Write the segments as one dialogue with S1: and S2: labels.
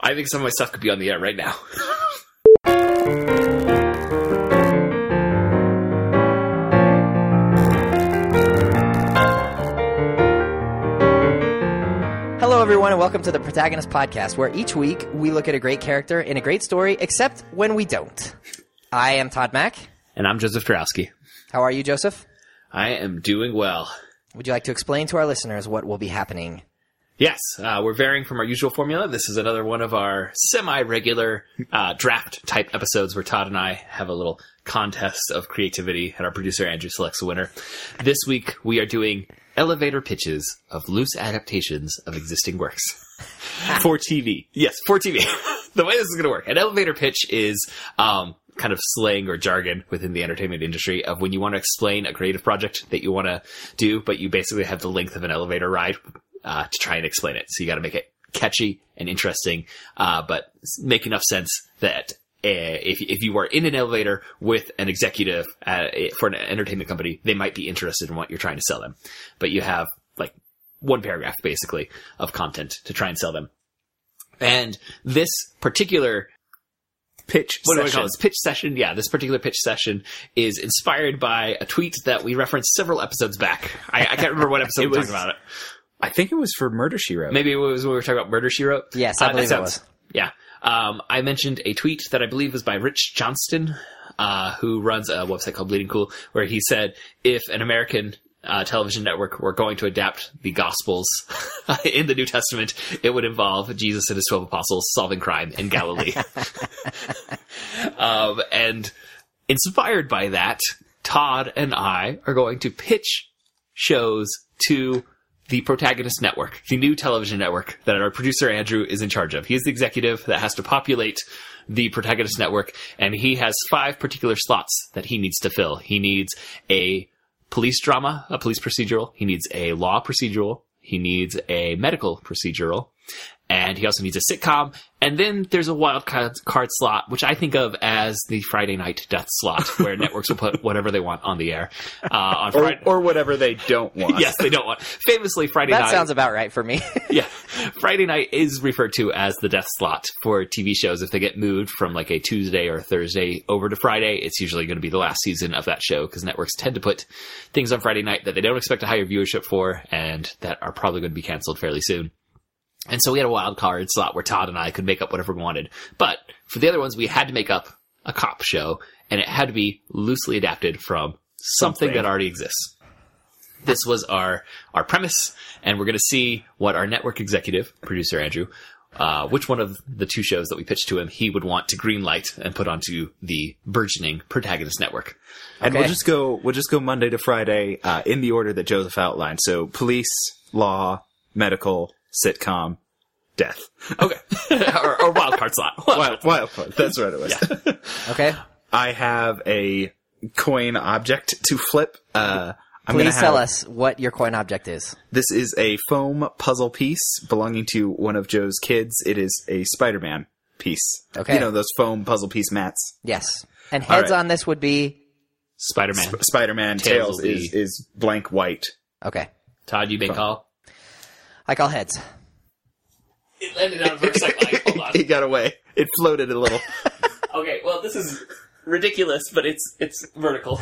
S1: I think some of my stuff could be on the air right now.
S2: Hello, everyone, and welcome to the Protagonist Podcast, where each week we look at a great character in a great story, except when we don't. I am Todd Mack.
S1: and I'm Joseph Drowski.
S2: How are you, Joseph?
S1: I am doing well.
S2: Would you like to explain to our listeners what will be happening?
S1: Yes, uh, we're varying from our usual formula. This is another one of our semi-regular uh, draft type episodes where Todd and I have a little contest of creativity, and our producer Andrew selects a winner. This week we are doing elevator pitches of loose adaptations of existing works for TV. Yes, for TV. the way this is going to work, an elevator pitch is um, kind of slang or jargon within the entertainment industry of when you want to explain a creative project that you want to do, but you basically have the length of an elevator ride uh, to try and explain it. So you got to make it catchy and interesting, uh, but s- make enough sense that uh, if if you are in an elevator with an executive uh, for an entertainment company, they might be interested in what you're trying to sell them. But you have like one paragraph basically of content to try and sell them. And this particular
S3: pitch
S1: what do I call this pitch session? Yeah, this particular pitch session is inspired by a tweet that we referenced several episodes back. I, I can't remember what episode we
S3: was-
S1: talked about it.
S3: I think it was for Murder She Wrote.
S1: Maybe it was when we were talking about Murder She Wrote.
S2: Yes, I
S1: that
S2: believe it
S1: sounds-
S2: was.
S1: Yeah. Um, I mentioned a tweet that I believe was by Rich Johnston, uh, who runs a website called Bleeding Cool, where he said if an American uh, television network were going to adapt the Gospels in the New Testament, it would involve Jesus and his 12 apostles solving crime in Galilee. um, and inspired by that, Todd and I are going to pitch shows to the Protagonist Network, the new television network that our producer Andrew is in charge of. He is the executive that has to populate the Protagonist Network, and he has five particular slots that he needs to fill. He needs a police drama, a police procedural. He needs a law procedural. He needs a medical procedural. And he also needs a sitcom. And then there's a wild card, card slot, which I think of as the Friday night death slot, where networks will put whatever they want on the air. Uh, on
S3: or,
S1: Friday.
S3: or whatever they don't want.
S1: Yes, they don't want. Famously, Friday
S2: That
S1: night.
S2: sounds about right for me.
S1: yeah, Friday night is referred to as the death slot for TV shows. If they get moved from like a Tuesday or Thursday over to Friday, it's usually going to be the last season of that show because networks tend to put things on Friday night that they don't expect a higher viewership for, and that are probably going to be canceled fairly soon. And so we had a wild card slot where Todd and I could make up whatever we wanted. But for the other ones, we had to make up a cop show, and it had to be loosely adapted from something,
S3: Something.
S1: that already exists. This was our our premise, and we're going to see what our network executive, producer Andrew, uh, which one of the two shows that we pitched to him he would want to greenlight and put onto the burgeoning protagonist network.
S3: and we'll
S2: Okay.
S3: just go. We'll just go Monday to Friday uh, in the order that Joseph outlined. So police, law, medical, sitcom, death.
S1: Okay, or, or wild card slot.
S3: Wild, wild card. That's what it was.
S2: Okay.
S3: I have a coin object to flip. Uh, I'm gonna
S2: Please tell
S3: have-
S2: us what your coin object is.
S3: This is a foam puzzle piece belonging to one of Joe's kids. It is a Spider-Man piece.
S2: Okay.
S3: You know those foam puzzle piece mats.
S2: Yes. And heads
S3: right.
S2: on this would be
S1: Spider Man.
S3: Sp- Spider-Man
S1: Tails
S3: tails,
S1: will
S3: is
S1: be-
S3: is blank white.
S2: okay.
S1: Todd, you may call.
S2: I call heads.
S1: It landed on verse
S3: it got away. It floated a little.
S1: Okay, well, this is ridiculous, but it's it's vertical.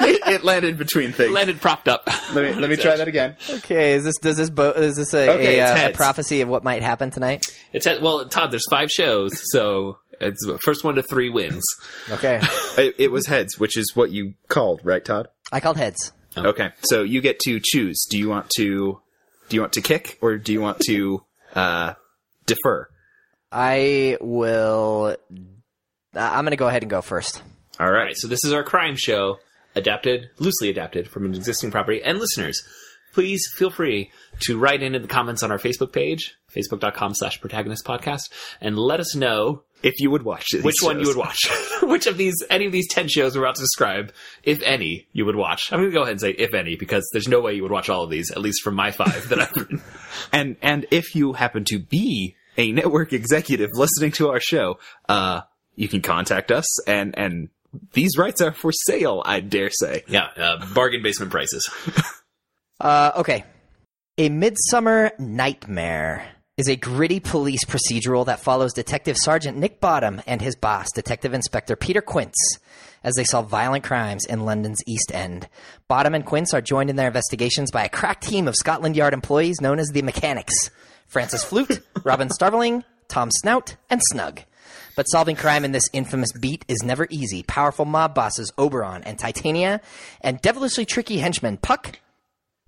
S3: it, it landed between things.
S1: Landed propped up.
S3: Let me let me try that again.
S2: Okay. Is this does this bo- is this a,
S3: Okay,
S2: a,
S3: it's
S2: uh, a
S3: heads.
S2: prophecy of what might happen tonight?
S1: It's at, well, Todd. There's five shows, so it's first one to three wins.
S2: Okay.
S3: It, it was heads, which is what you called, right, Todd?
S2: I called heads.
S1: Oh.
S3: Okay. So you get to choose. Do you want to do you want to kick or do you want to uh, defer?
S2: I will. I- I'm going to go ahead and go first.
S3: All
S1: All right, so this is our crime show, adapted loosely adapted from an existing property. And listeners, please feel free to write in in the comments on our Facebook page, facebook.com/slash protagonist podcast, and let us know
S3: If you would watch these
S1: which one you
S3: shows.
S1: would watch. which of these, any of these 10 shows we're about to describe, if any, you would watch. I'm going to go ahead and say if any, because there's no way you would watch all of these, at least from my five that I've written.
S3: and and if you happen to be a network executive listening to our show, uh, you can contact us and and these rights are for sale. I dare say.
S1: Yeah, uh, bargain basement prices.
S2: Uh, okay. A Midsummer Nightmare. is a gritty police procedural that follows Detective Sergeant Nick Bottom and his boss, Detective Inspector Peter Quince, as they solve violent crimes in London's East End. Bottom and Quince are joined in their investigations by a crack team of Scotland Yard employees known as the Mechanics Francis Flute, Robin Starveling, Tom Snout, and Snug. But solving crime in this infamous beat is never easy. Powerful mob bosses Oberon and Titania, and devilishly tricky henchmen Puck,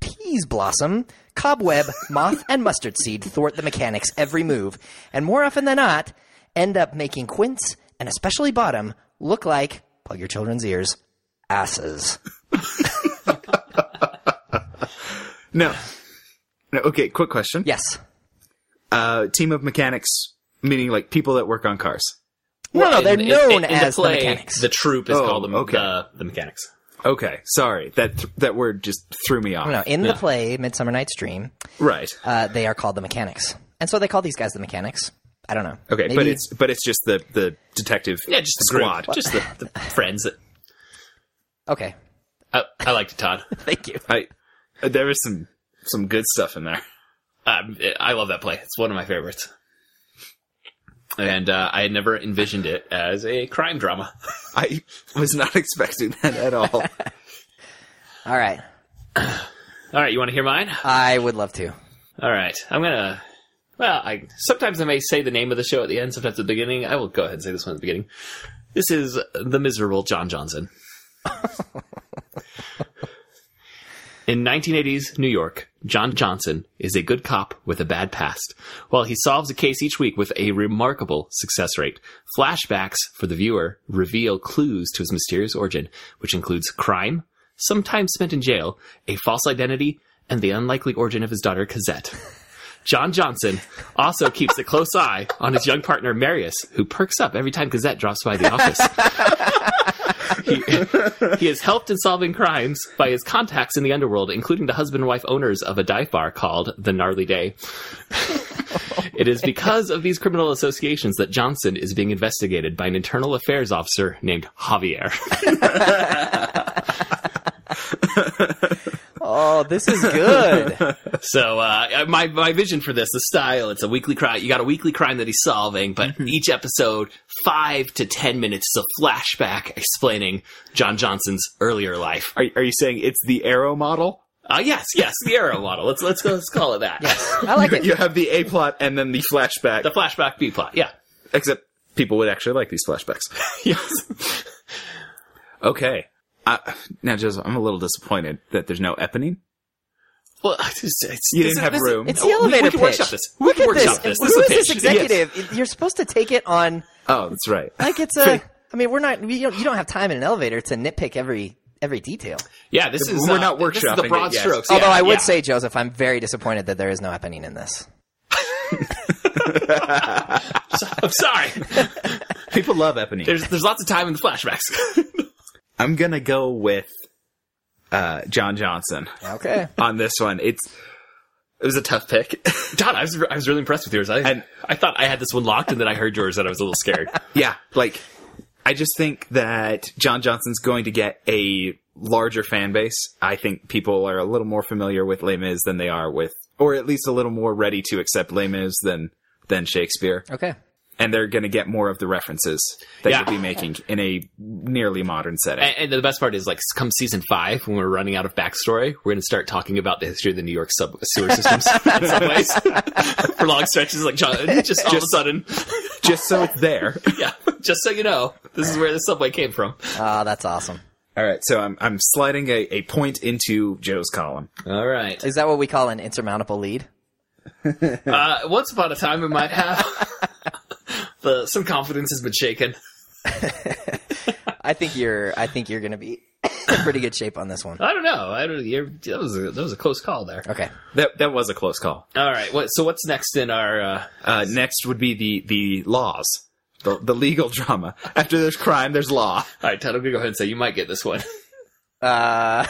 S2: peas blossom, cobweb, moth, and mustard seed thwart the mechanic's every move, and more often than not, end up making Quince and especially Bottom look like, plug your children's ears, asses.
S3: No. No, okay, quick question.
S2: Yes.
S3: Uh, team of mechanics, meaning like people that work on cars.
S2: No, no, they're
S1: In- in-
S2: known
S1: in
S2: as the,
S1: play,
S2: mechanics.
S1: The troop is
S3: Oh,
S1: called the,
S3: okay.
S1: the, the mechanics.
S3: Okay, sorry. That th- that word just threw me off.
S2: no, in the play Midsummer Night's Dream,
S3: Right.
S2: uh, they are called the mechanics, and so they call these guys the mechanics. I don't know.
S3: Okay, but
S2: Maybe-
S3: it's but it's just the the detective
S1: Yeah, just the
S3: squad.
S1: group, just the, the friends that
S2: okay.
S1: I, I liked it, Todd.
S2: Thank you.
S3: I uh, there was some some good stuff in there.
S1: Um, I love that play. It's one of my favorites. And uh, I had never envisioned it as a crime drama.
S3: I was not expecting that at all.
S2: All right,
S1: All right, you want to hear mine?
S2: I would love to.
S1: All right, I'm gonna. Well, I sometimes I may say the name of the show at the end, sometimes at the beginning. I will go ahead and say this one at the beginning. This is the miserable John Johnson. In 1980s New York, John Johnson is a good cop with a bad past. While he solves a case each week with a remarkable success rate, flashbacks for the viewer reveal clues to his mysterious origin, which includes crime, some time spent in jail, a false identity, and the unlikely origin of his daughter Cosette. John Johnson also keeps a close eye on his young partner Marius, who perks up every time Cosette drops by the office. he, he has helped in solving crimes by his contacts in the underworld, including the husband and wife owners of a dive bar called The Gnarly Day. it is because of these criminal associations that Johnson is being investigated by an internal affairs officer named Javier.
S2: Oh, this is good.
S1: So uh, my my vision for this, the style, it's a weekly crime. You got a weekly crime that he's solving, but each episode, five to ten minutes, is a flashback explaining John Johnson's earlier life.
S3: Are are you saying it's the arrow model?
S1: Uh, yes, yes, the arrow model. Let's let's go, let's call it that.
S2: I like it.
S3: You have the A plot and then the flashback.
S1: the flashback B plot. Yeah.
S3: Except people would actually like these flashbacks.
S1: yes.
S3: Okay. I, now, Joseph, I'm a little disappointed that there's no eponym.
S1: Well, it's, it's,
S3: You
S1: this
S3: didn't
S1: is-
S3: have
S1: this is-
S3: room.
S2: It's
S1: we-
S2: the elevator
S1: we, can
S2: pitch.
S1: workshop this. We
S2: Look
S1: can
S2: at
S1: workshop this.
S2: Who
S1: This is a
S2: is this
S1: pitch.
S2: executive? You're supposed to take it on
S3: Oh, that's right.
S2: like it's a. I mean, we're not. We don't, you don't have time in an elevator to nitpick every every detail.
S1: Yeah, this is
S3: We're
S1: uh,
S3: not
S1: This is the
S3: workshopping
S1: broad
S3: it yet.
S1: strokes.
S2: Although
S1: Yeah,
S2: I would
S1: yeah.
S2: say, Joseph, I'm very disappointed that there is no happening in this.
S1: I'm sorry.
S3: People love eponym.
S1: There's there's lots of time in the flashbacks.
S3: I'm gonna go with uh, John Johnson
S2: Okay.
S3: on this one. It's it was a tough pick.
S1: Todd, I was, I was really impressed with yours. I,
S3: And-
S1: I thought I had this one locked, and then I heard yours, and I was a little scared.
S3: yeah, like I just think that John Johnson's going to get a larger fan base. I think people are a little more familiar with Les Mis than they are with, or at least a little more ready to accept Les Mis than than Shakespeare,
S2: Okay.
S3: and they're going to get more of the references that
S1: Yeah.
S3: you'll be making in a nearly modern setting.
S1: and, and the best part is, like, come season five, when we're running out of backstory, we're going to start talking about the history of the New York sub- sewer systems in some ways for long stretches. Like, John, just, all of a sudden,
S3: just so it's there.
S1: yeah. Just so you know, this is where the subway came from.
S2: Oh, that's awesome.
S3: All right, so I'm I'm sliding a, a point into Joe's column.
S1: All right.
S2: Is that what we call an insurmountable lead?
S1: Uh, once upon a time, we might have the some confidence has been shaken.
S2: I think you're. I think you're going to be in pretty good shape on this one.
S1: I don't know. I don't. You're, that was a, that was a close call there.
S2: Okay.
S3: That that was a close call.
S1: All right. What, so what's next in our? Uh,
S3: Uh, next would be the the laws, the the legal drama. After there's crime, there's law.
S1: all right, Todd. I'm gonna go ahead and say you might get this one.
S2: Uh,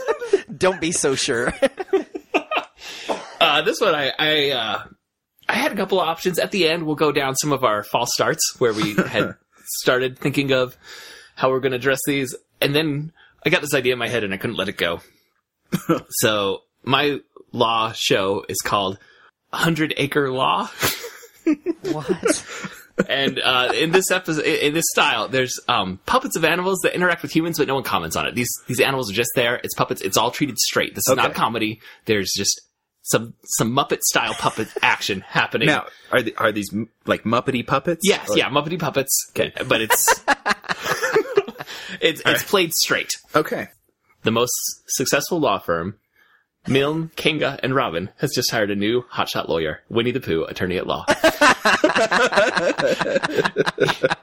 S2: don't be so sure.
S1: Uh, this one, I, I, uh, I had a couple of options. At the end, we'll go down some of our false starts where we had started thinking of how we're going to address these, and then I got this idea in my head and I couldn't let it go. so my law show is called Hundred Acre Law.
S2: What?
S1: and uh, in this episode, in in this style, there's um, puppets of animals that interact with humans, but no one comments on it. These these animals are just there. It's puppets. It's all treated straight. This is not
S3: Okay.
S1: comedy. There's just some some Muppet style puppet action happening.
S3: Now, are the, are these m- like Muppety puppets?
S1: Yes,
S3: Or-
S1: yeah, Muppety puppets.
S3: Okay.
S1: but it's it's it's played straight.
S3: Okay.
S1: The most successful law firm, Milne, Kinga, and Robin, has just hired a new hotshot lawyer, Winnie the Pooh, attorney at law.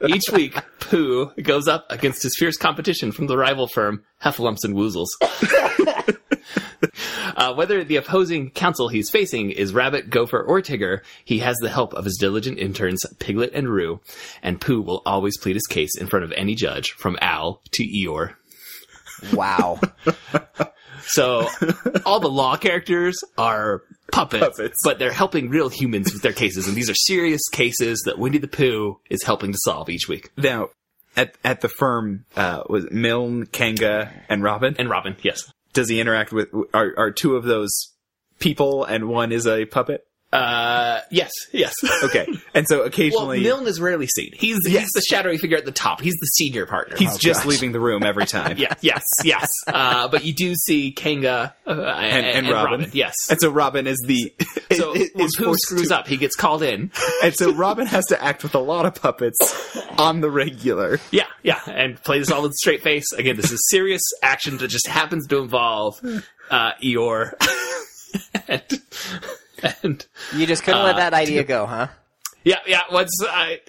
S1: Each week, Pooh goes up against his fierce competition from the rival firm, Heffalumps and Woozles. Uh, whether the opposing counsel he's facing is Rabbit, Gopher, or Tigger, he has the help of his diligent interns Piglet and Roo, and Pooh will always plead his case in front of any judge, from Owl to Eeyore.
S2: Wow.
S1: So all the law characters are puppets,
S3: Puppets.
S1: but they're helping real humans with their cases, and these are serious cases that Winnie the Pooh is helping to solve each week.
S3: Now, at at the firm, uh, was it Milne, Kanga, and Robin.
S1: And Robin, yes,
S3: Does he interact with? Are are two of those people, and one is a puppet?
S1: uh, yes, yes.
S3: Okay. And so
S1: Well,
S3: occasionally,
S1: Milne is rarely seen. He's he's the shadowy figure at the top. He's the senior partner.
S3: he's just
S2: gosh.
S3: leaving the room every time.
S1: yeah, yes, yes. Uh, but you do see Kanga uh, and,
S3: And, and, Robin.
S1: Yes.
S3: And so Robin is the.
S1: So
S3: is-
S1: when
S3: is
S1: Pooh
S3: forced
S1: screws
S3: to-
S1: up, he gets called in.
S3: And so Robin has to act with a lot of puppets on the regular.
S1: Yeah, yeah, and plays all with straight face. Again, this is serious action that just happens to involve uh, Eeyore. and, and
S2: You just couldn't
S1: Uh,
S2: let that idea go, huh?
S1: yeah, yeah. Once I,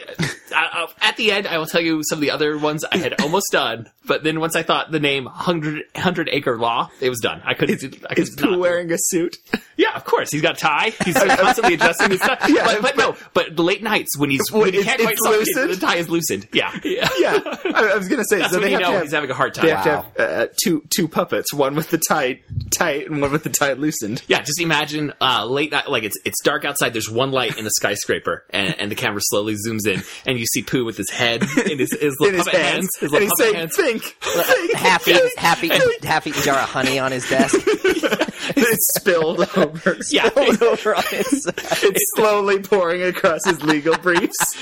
S1: I, I- at the end, I will tell you some of the other ones I had almost done, but then once I thought the name "hundred hundred Acre Law, it was done. I couldn't. do I
S3: Is
S1: could not
S3: Pooh
S1: do it.
S3: wearing a suit?
S1: Yeah, of course. He's got a tie. He's constantly adjusting his tie.
S3: Yeah,
S1: but, but no, but the late nights when he's when he
S3: it's-
S1: can't quite
S3: it's
S1: solve it,
S3: loosened?
S1: the tie is loosened. Yeah, yeah.
S3: Yeah, I, I was gonna say.
S1: That's
S3: so
S1: when
S3: they
S1: you
S3: have
S1: know
S3: to have,
S1: he's having a hard time.
S3: they have
S2: Wow.
S3: to have uh, two two puppets, one with the tie tight and one with the tie loosened.
S1: Yeah, just imagine uh, late night, like it's it's dark outside. There's one light in the skyscraper, and, and the camera slowly zooms in, and you see Pooh with his head in his, his little
S3: in his
S1: puppet
S3: hands,
S1: hands, his
S3: and
S1: little
S3: he's
S1: puppet
S3: saying,
S1: hands.
S3: "Think, think."
S2: Half eat, half eat, half eaten jar of honey on his desk.
S3: And it's spilled over.
S1: Yeah,
S2: Pulled over on his.
S3: it's slowly pouring across his legal briefs.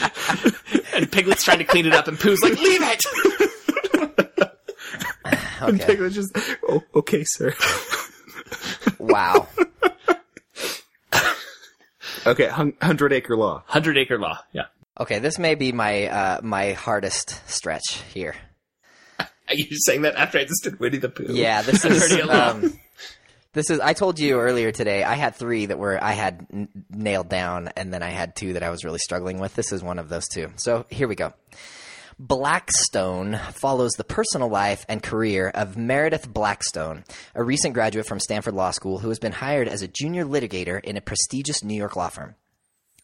S1: and Piglet's trying to clean it up, and Pooh's like, "Leave it."
S2: Okay.
S3: Piglet just, oh, okay, sir.
S2: Wow.
S3: Okay, hun- hundred acre law.
S1: Hundred Acre Law. Yeah,
S2: Okay, this may be my uh, my hardest stretch here.
S1: are you saying that after I just did Winnie the Pooh?
S2: Yeah, this is
S1: Pretty alone.
S2: um, this is. I told you earlier today. I had three that were I had n- nailed down, and then I had two that I was really struggling with. This is one of those two. So here we go. Blackstone follows the personal life and career of Meredith Blackstone, a recent graduate from Stanford Law School who has been hired as a junior litigator in a prestigious New York law firm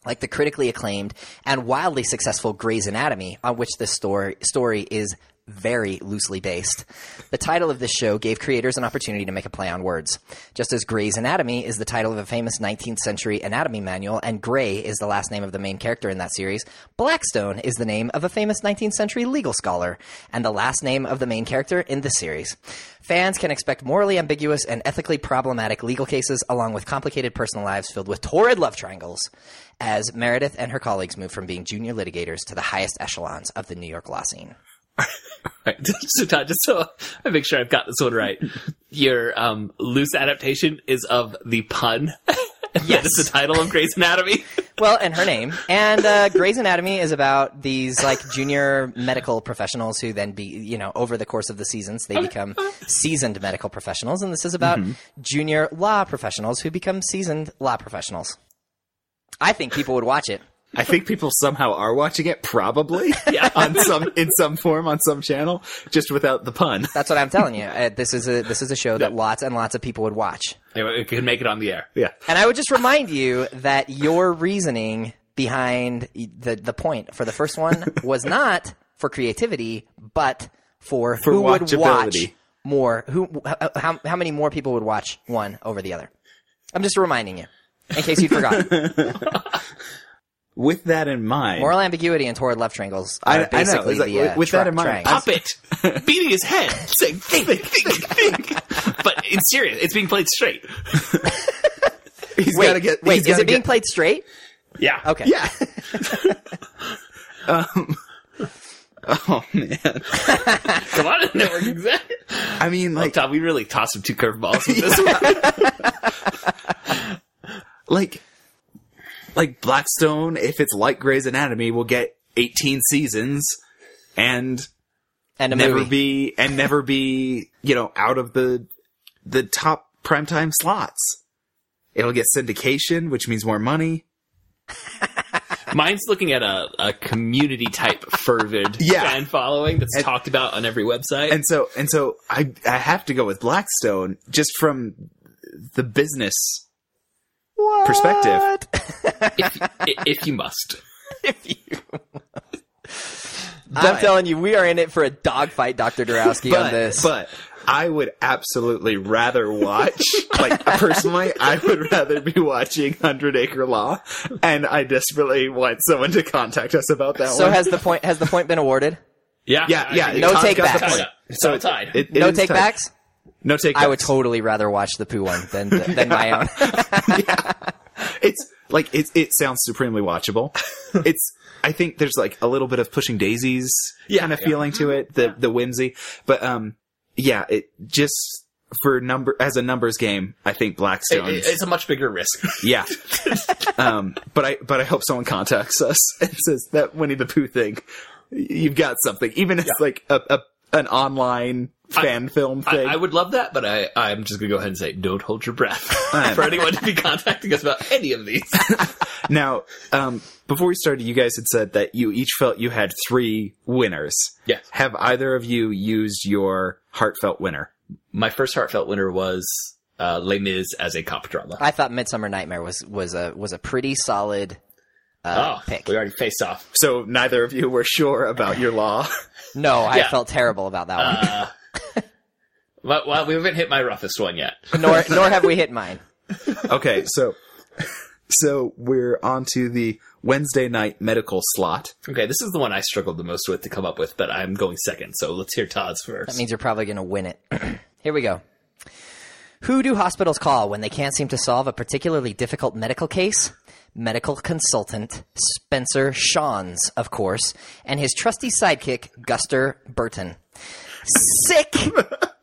S2: like the critically acclaimed and wildly successful Grey's Anatomy, on which this story, story is very loosely based. The title of this show gave creators an opportunity to make a play on words. Just as Grey's Anatomy is the title of a famous 19th century anatomy manual, and Grey is the last name of the main character in that series, Blackstone is the name of a famous 19th century legal scholar, and the last name of the main character in this series. Fans can expect morally ambiguous and ethically problematic legal cases, along with complicated personal lives filled with torrid love triangles as Meredith and her colleagues move from being junior litigators to the highest echelons of the New York law scene.
S1: All right. so Todd, just so I make sure I've got this one right, your um, loose adaptation is of the pun. that is the title of Grey's Anatomy.
S2: Well, and her name. And uh, Grey's Anatomy is about these like junior medical professionals who then be, you know, over the course of the seasons, they become seasoned medical professionals. And this is about junior law professionals who become seasoned law professionals. I think people would watch it.
S3: I think people somehow are watching it, probably on some in some form on some channel, just without the pun.
S2: That's what I'm telling you. Uh, this is a this is a show that lots and lots of people would watch.
S1: Anyway, we can make it on the air.
S3: Yeah,
S2: And I would just remind you that your reasoning behind the the point for the first one was not for creativity, but for, who would watch
S3: watchability.
S2: more. Who h- how how many more people would watch one over the other? I'm just reminding you in case you'd forgotten.
S3: with that in mind,
S2: Moral ambiguity and toward love triangles
S3: I- I
S2: are
S3: know.
S2: basically
S3: It's like,
S2: the uh,
S3: with that
S2: tri-
S3: in mind,
S2: triangle.
S1: puppet beating his head, saying "think, think, think, think," but in serious, it's being played straight.
S3: He's
S2: wait,
S3: gotta get.
S2: wait,
S3: he's
S2: is
S3: gotta
S2: it being
S3: get-
S2: played straight?
S1: Yeah.
S2: Okay.
S3: Yeah. um, oh man.
S1: Come on, it network exactly.
S3: I mean, like,
S1: Todd, we really tossed him two curveballs with this one.
S3: like, like Blackstone. If it's like Grey's Anatomy, will get 18 seasons and
S2: And a
S3: never
S2: movie.
S3: be and never be you know out of the the top primetime slots. It'll get syndication, which means more money.
S1: Mine's looking at a, a community type fervid
S3: Yeah.
S1: fan following that's
S3: And-
S1: talked about on every website.
S3: and so and so I I have to go with Blackstone just from the business. perspective.
S2: What?
S1: if, i- if you must.
S2: I'm
S3: But-
S2: telling you, we are in it for a dogfight, Dr. Dorowski, on
S3: But,
S2: this.
S3: but I would absolutely rather watch like personally I would rather be watching Hundred Acre Law and I desperately want someone to contact us about that
S2: so
S3: one.
S2: has the point has the point been awarded?
S1: Yeah.
S3: yeah, yeah.
S2: No
S3: Todd's got
S2: take-backs.
S3: the
S1: Tied
S3: point.
S1: up. So it's tied.
S3: It- it
S2: No
S3: is
S2: take
S3: tied.
S2: backs?
S3: No take
S2: I would
S3: backs.
S2: totally rather watch the poo one than than my own.
S3: it's like it it sounds supremely watchable. it's I think there's like a little bit of pushing daisies
S1: Yeah,
S3: kind of
S1: yeah.
S3: feeling to it, the the whimsy. But um yeah, it just for number as a numbers game, I think
S1: It-
S3: Blackstone's
S1: it- it's a much bigger risk.
S3: yeah. um but I but I hope someone contacts us and says that Winnie the Pooh thing you've got something. Even if it's like a, a an online fan film
S1: I,
S3: thing.
S1: I would love that, but I, I'm just going to go ahead and say, don't hold your breath
S3: Um,
S1: for anyone to be contacting us about any of these.
S3: now, um before we started, you guys had said that you each felt you had three winners.
S1: Yes.
S3: Have either of you used your heartfelt winner?
S1: My first heartfelt winner was uh, Les Mis as a cop drama.
S2: I thought Midsummer Nightmare was was a was a pretty solid uh,
S1: oh,
S2: pick.
S1: we already faced off.
S3: So neither of you were sure about your law.
S2: No, I
S1: Yeah.
S2: felt terrible about that one.
S1: Uh, well, well, we haven't hit my roughest one yet.
S2: nor nor have we hit mine.
S3: okay, so so we're on to the Wednesday night medical slot.
S1: Okay, this is the one I struggled the most with to come up with, but I'm going second, so let's hear Todd's first.
S2: That means you're probably going to win it. Here we go. Who do hospitals call when they can't seem to solve a particularly difficult medical case? Medical consultant Spencer Shawns, of course, and his trusty sidekick Guster Burton. Sick!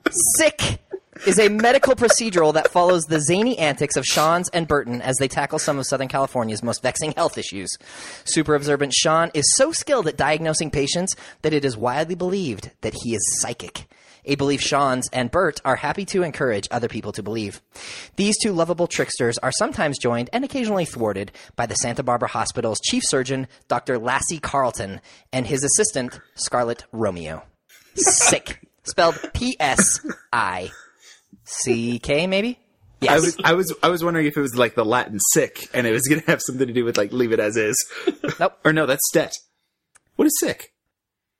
S2: Sick! Is a medical procedural that follows the zany antics of Sean's and Burton as they tackle some of Southern California's most vexing health issues. Super observant Sean is so skilled at diagnosing patients that it is widely believed that he is psychic. A belief Sean's and Bert are happy to encourage other people to believe. These two lovable tricksters are sometimes joined and occasionally thwarted by the Santa Barbara Hospital's chief surgeon, Dr. Lassie Carlton, and his assistant, Scarlett Romeo. Sick. Spelled P S I C K, maybe?
S3: I
S2: Yes.
S3: was I was I was wondering if it was like the Latin sick and it was going to have something to do with like leave it as is.
S2: Nope.
S3: Or no, that's stet. What is sick?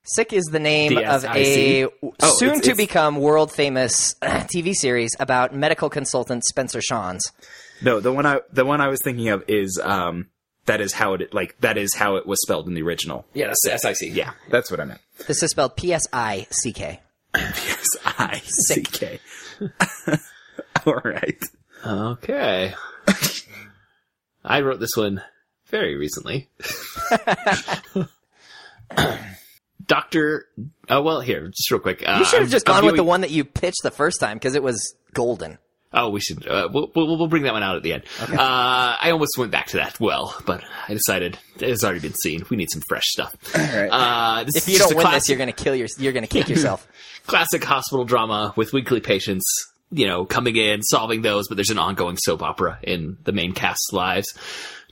S2: Sick is the name of
S1: DSIC.
S2: a
S3: it's-
S2: soon to
S3: it's-
S2: become world famous TV series about medical consultant Spencer Shawns.
S3: No, the one I the one I was thinking of is um that is how it like that is how it was spelled in the original.
S1: yeah, that's the SIC.
S3: Yeah, that's what I meant.
S2: This is spelled P S I C K.
S3: S I C K. All right.
S1: Okay. I wrote this one very recently. Doctor, oh well, here just real quick. Uh,
S2: You should
S1: I'm-
S2: have just
S1: I'm
S2: gone with the
S1: viewing-
S2: one that you pitched the first time because it was golden.
S1: Oh, we should. Uh, we'll, we'll we'll bring that one out at the end. Uh, I almost went back to that well, but I decided it's already been seen. We need some fresh stuff. Uh, this
S2: If
S1: is
S2: you
S1: just
S2: don't
S1: a
S2: win this,
S1: classic-
S2: you're gonna kill your. You're gonna kick yourself.
S1: classic hospital drama with weekly patients, you know, coming in, solving those, but there's an ongoing soap opera in the main cast's lives.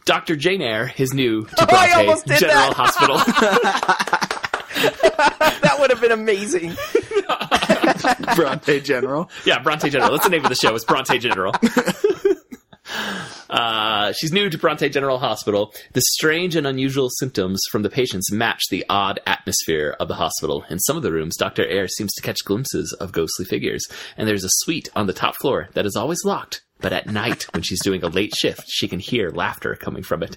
S1: Dr. Jane Eyre, his new to
S2: Oh, I
S1: Bronte
S2: almost did
S1: General
S2: that.
S1: Hospital.
S2: that would have been amazing.
S3: Bronte General.
S1: yeah, Bronte General. That's the name of the show. It's Bronte General. Uh, she's new to Bronte General Hospital. The strange and unusual symptoms from the patients match the odd atmosphere of the hospital. In some of the rooms, Dr. Eyre seems to catch glimpses of ghostly figures, and there's a suite on the top floor that is always locked but at night, when she's doing a late shift, she can hear laughter coming from it.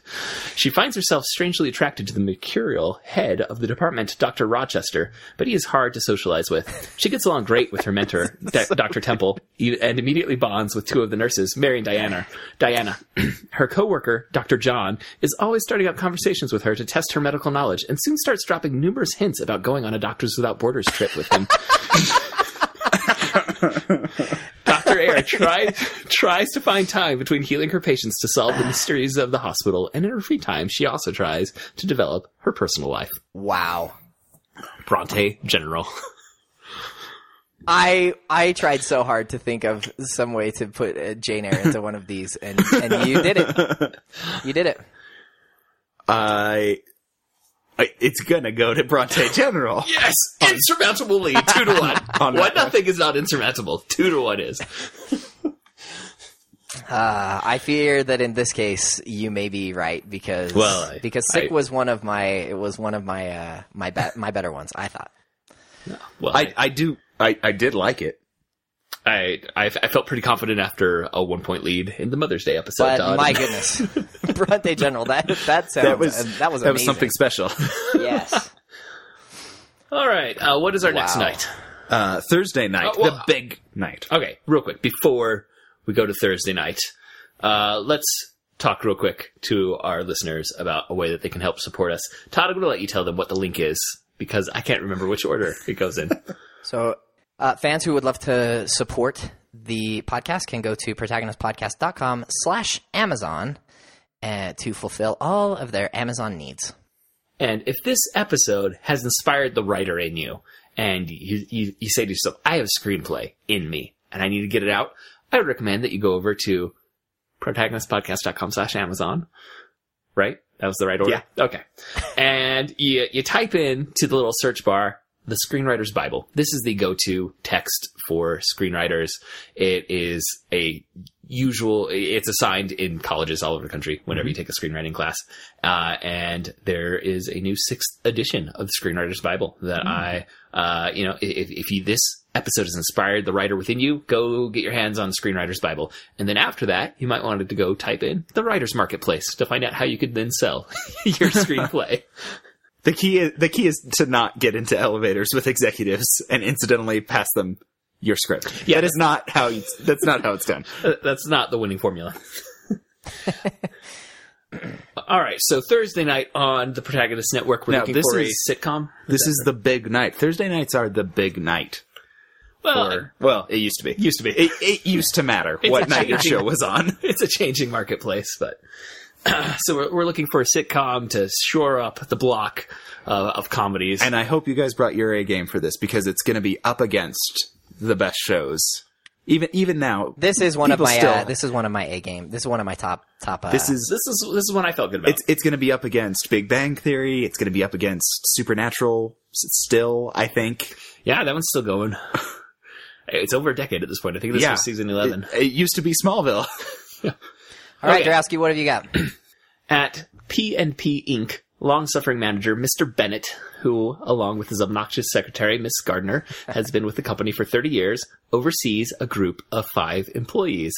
S1: She finds herself strangely attracted to the mercurial head of the department, Dr. Rochester, but he is hard to socialize with. She gets along great with her mentor, D- Dr. Temple, e- and immediately bonds with two of the nurses, Mary and Diana. Diana, her coworker, Dr. John, is always starting up conversations with her to test her medical knowledge and soon starts dropping numerous hints about going on a Doctors Without Borders trip with him. Dr. Air tries, tries to find time between healing her patients to solve the mysteries of the hospital, and in her free time, she also tries to develop her personal life.
S2: Wow.
S1: Bronte General.
S2: I I tried so hard to think of some way to put uh, Jane Eyre into one of these, and and you did it. You did it.
S3: I, I it's gonna go to Bronte General.
S1: Yes! Insurmountable lead, two to one.
S3: On
S1: one
S3: that one.
S1: nothing is not insurmountable. Two to one is.
S2: Uh, I fear that in this case you may be right because
S1: Well, I-
S2: because sick
S1: I-
S2: was one of my it was one of my uh, my be- my better ones. I thought.
S1: Well,
S3: I I do I I did like it.
S1: I, I, I felt pretty confident after a one point lead in the Mother's Day episode.
S2: But
S1: Todd.
S2: my goodness, Bronte General, that that sounds, uh,
S3: That was
S2: that was
S3: that was
S2: amazing.
S3: something special.
S2: Yes,
S1: All right. Uh, what is our next
S2: Wow.
S1: night?
S3: Uh, Thursday night,
S1: Oh, well,
S3: the big night.
S1: Okay, real quick before we go to Thursday night, uh, let's talk real quick to our listeners about a way that they can help support us. Todd, I'm going to let you tell them what the link is because I can't remember which order it goes in.
S2: So, uh, fans who would love to support the podcast can go to protagonistpodcast.com slash Amazon uh, to fulfill all of their Amazon needs.
S1: and if this episode has inspired the writer in you, and you, you you say to yourself, "I have screenplay in me, and I need to get it out," I would recommend that you go over to protagonistpodcast.com slash Amazon. Right? That was the right order? Yeah. Okay. and you, you type in to the little search bar, the Screenwriter's Bible. This is the go-to text for screenwriters. It is a usual, it's assigned in colleges all over the country whenever you take a screenwriting class. Uh, and there is a new sixth edition of the Screenwriter's Bible that I, uh, you know, i- if, if you, this episode has inspired the writer within you, go get your hands on Screenwriter's Bible. And then after that, you might want to go type in the writer's marketplace to find out how you could then sell your screenplay.
S3: The key is the key is to not get into elevators with executives and incidentally pass them your script.
S1: Yeah.
S3: that is not how it's, that's not how it's done.
S1: That's not the winning formula. All right, so Thursday night on the Protagonist Network, we're
S3: Now,
S1: looking
S3: this
S1: for
S3: is-
S1: a sitcom.
S3: This is the big night. Thursday nights are the big night.
S1: Well,
S3: Or, well, it used to be.
S1: used to be.
S3: It, it used to matter what night your show was on.
S1: it's a changing marketplace, but so we're, we're looking for a sitcom to shore up the block uh, of comedies.
S3: And I hope you guys brought your A game for this because it's going to be up against the best shows. Even even now,
S2: This is one
S3: People
S2: of my uh,
S3: still-
S2: this is one of my A game. This is one of my top top. Uh,
S3: this is
S1: this is this is one I felt good about.
S3: it's it's going to be up against Big Bang Theory. It's going to be up against Supernatural. s- Still, I think.
S1: yeah, that one's still going. It's over a decade at this point. I think this
S3: Yeah.
S1: was season eleven.
S3: It, it used to be Smallville.
S2: all right,
S1: okay.
S2: Drowski. What have you got?
S1: at P&P Inc., long-suffering manager Mr. Bennett, who, along with his obnoxious secretary, Miss Gardner, has been with the company for 30 years, oversees a group of five employees.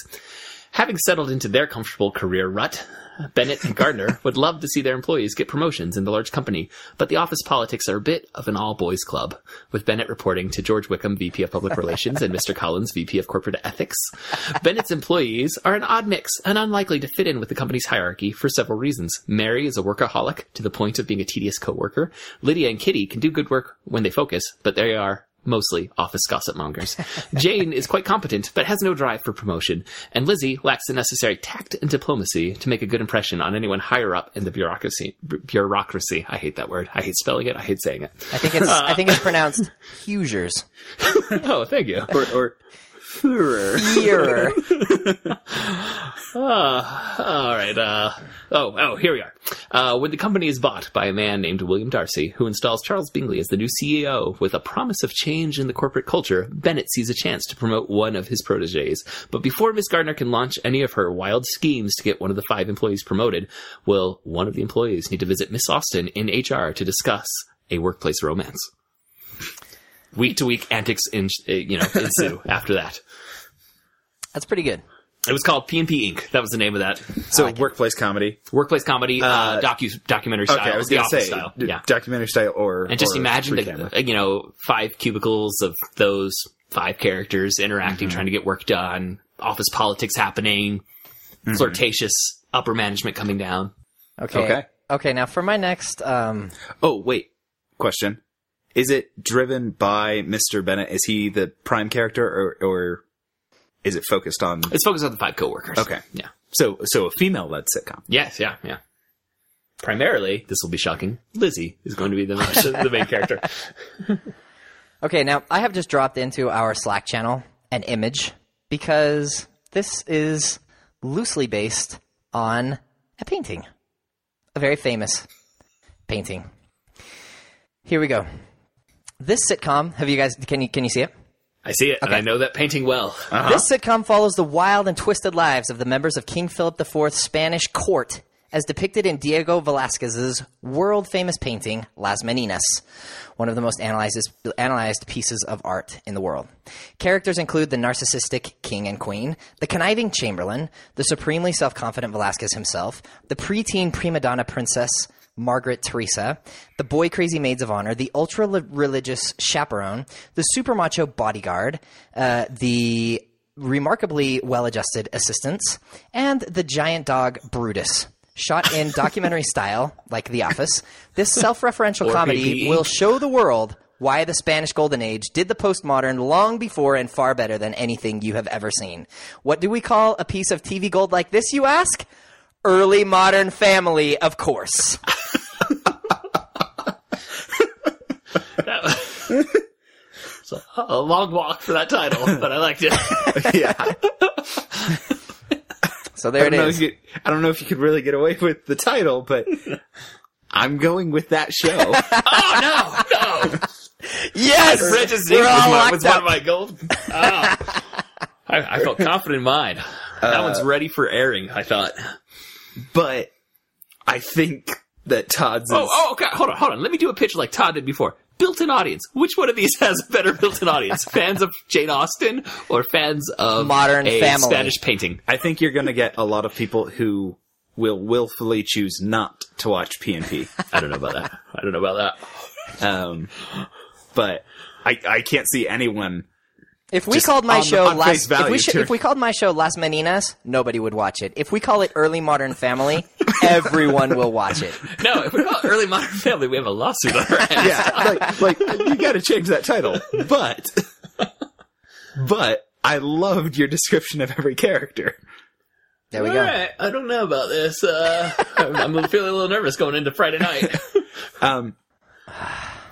S1: Having settled into their comfortable career rut, Bennett and Gardner would love to see their employees get promotions in the large company, but the office politics are a bit of an all boys club, with Bennett reporting to George Wickham, VP of Public Relations, and Mr. Collins, VP of Corporate Ethics. Bennett's employees are an odd mix and unlikely to fit in with the company's hierarchy for several reasons. Mary is a workaholic to the point of being a tedious coworker. Lydia and Kitty can do good work when they focus, but they are mostly office gossip mongers. Jane is quite competent, but has no drive for promotion, and Lizzie lacks the necessary tact and diplomacy to make a good impression on anyone higher up in the bureaucracy. bu- Bureaucracy. I hate that word. I hate spelling it. I hate saying it.
S2: I think it's I think it's pronounced Hugers.
S1: oh, thank you.
S3: or, or Fuhrer.
S2: Here.
S1: Uh, all right. Uh, oh, oh, here we are. Uh, when the company is bought by a man named William Darcy, who installs Charles Bingley as the new CEO with a promise of change in the corporate culture, Bennett sees a chance to promote one of his proteges. But before Miss Gardner can launch any of her wild schemes to get one of the five employees promoted, will one of the employees need to visit Miss Austin in HR to discuss a workplace romance? Week to week antics, in, uh, you know, ensue after that.
S2: That's pretty good.
S1: It was called PNP Inc. That was the name of that
S3: So
S2: like it.
S3: workplace comedy.
S1: workplace comedy uh,
S3: Uh,
S1: docu documentary
S3: Okay,
S1: style.
S3: I was
S1: the
S3: gonna
S1: Office
S3: say
S1: style.
S3: d-
S1: yeah.
S3: documentary style or
S1: And just
S3: or
S1: imagine
S3: free
S1: the,
S3: camera.
S1: you know five cubicles of those five characters interacting,
S3: Mm-hmm.
S1: trying to get work done, office politics happening,
S3: Mm-hmm.
S1: flirtatious upper management coming down.
S2: Okay.
S3: Okay.
S2: Okay, Now for my next, um,
S3: Oh wait, question: Is it driven by Mr. Bennett? Is he the prime character, or or is it focused on?
S1: It's focused on the five coworkers.
S3: Okay,
S1: Yeah.
S3: so so a female led sitcom.
S1: Yes. Yeah. Yeah. Primarily, this will be shocking. Lizzie is going to be the, the main character.
S2: okay. Now I have just dropped into our Slack channel an image because this is loosely based on a painting, a very famous painting. Here we go. This sitcom. Have you guys? Can you can you see it?
S1: I see it, and I know that painting well.
S3: Uh-huh.
S2: This sitcom follows the wild and twisted lives of the members of King Philip IV's Spanish court, as depicted in Diego Velázquez's world famous painting, Las Meninas, one of the most analyzed, analyzed pieces of art in the world. Characters include the narcissistic king and queen, the conniving chamberlain, the supremely self confident Velázquez himself, the preteen prima donna princess, Margaret Teresa, the boy crazy maids of honor, the ultra religious chaperone, the super macho bodyguard, uh, the remarkably well adjusted assistants, and the giant dog Brutus. Shot in documentary style, like The Office, this self referential comedy
S1: PPE.
S2: will show the world why the Spanish Golden Age did the postmodern long before and far better than anything you have ever seen. What do we call a piece of TV gold like this, you ask? Early modern family, of course.
S1: So, uh, a long walk for that title, but I liked it.
S3: yeah, I
S2: So there it
S3: don't, know
S2: is.
S3: if you, I don't know if you could really get away with the title, but I'm going with that show.
S1: oh no, no!
S2: Yes,
S1: Bridges
S2: we're all
S1: was, my,
S2: locked
S1: was one
S2: up.
S1: of my gold. Oh. I, I felt confident in mine. that
S2: Uh,
S1: one's ready for airing. I thought.
S3: but I think that Todd's.
S1: Oh, oh, okay. Hold on, hold on. Let me do a pitch like Todd did before. Built-in audience. Which one of these has a better built-in audience? fans of Jane Austen or fans of
S2: Modern
S1: a
S2: Family.
S1: Spanish painting?
S3: I think you're going to get a lot of people who will willfully choose not to watch PNP.
S1: I don't know about that. I don't know about that.
S3: Um, but I, I can't see anyone.
S2: If we
S3: Just
S2: called my
S3: on the-
S2: show
S3: on face
S2: last, if
S3: value,
S2: we, sh-
S3: sure.
S2: if we called my show Las Meninas, nobody would watch it. If we call it Early Modern Family, everyone will watch it.
S1: No, if we call it early modern family, we have a lawsuit on our hands.
S3: Yeah, like, like you got to change that title. But, but I loved your description of every character.
S2: There we
S1: All
S2: go.
S1: right, I don't know about this. Uh, I'm, I'm feeling a little nervous going into Friday night.
S3: Um,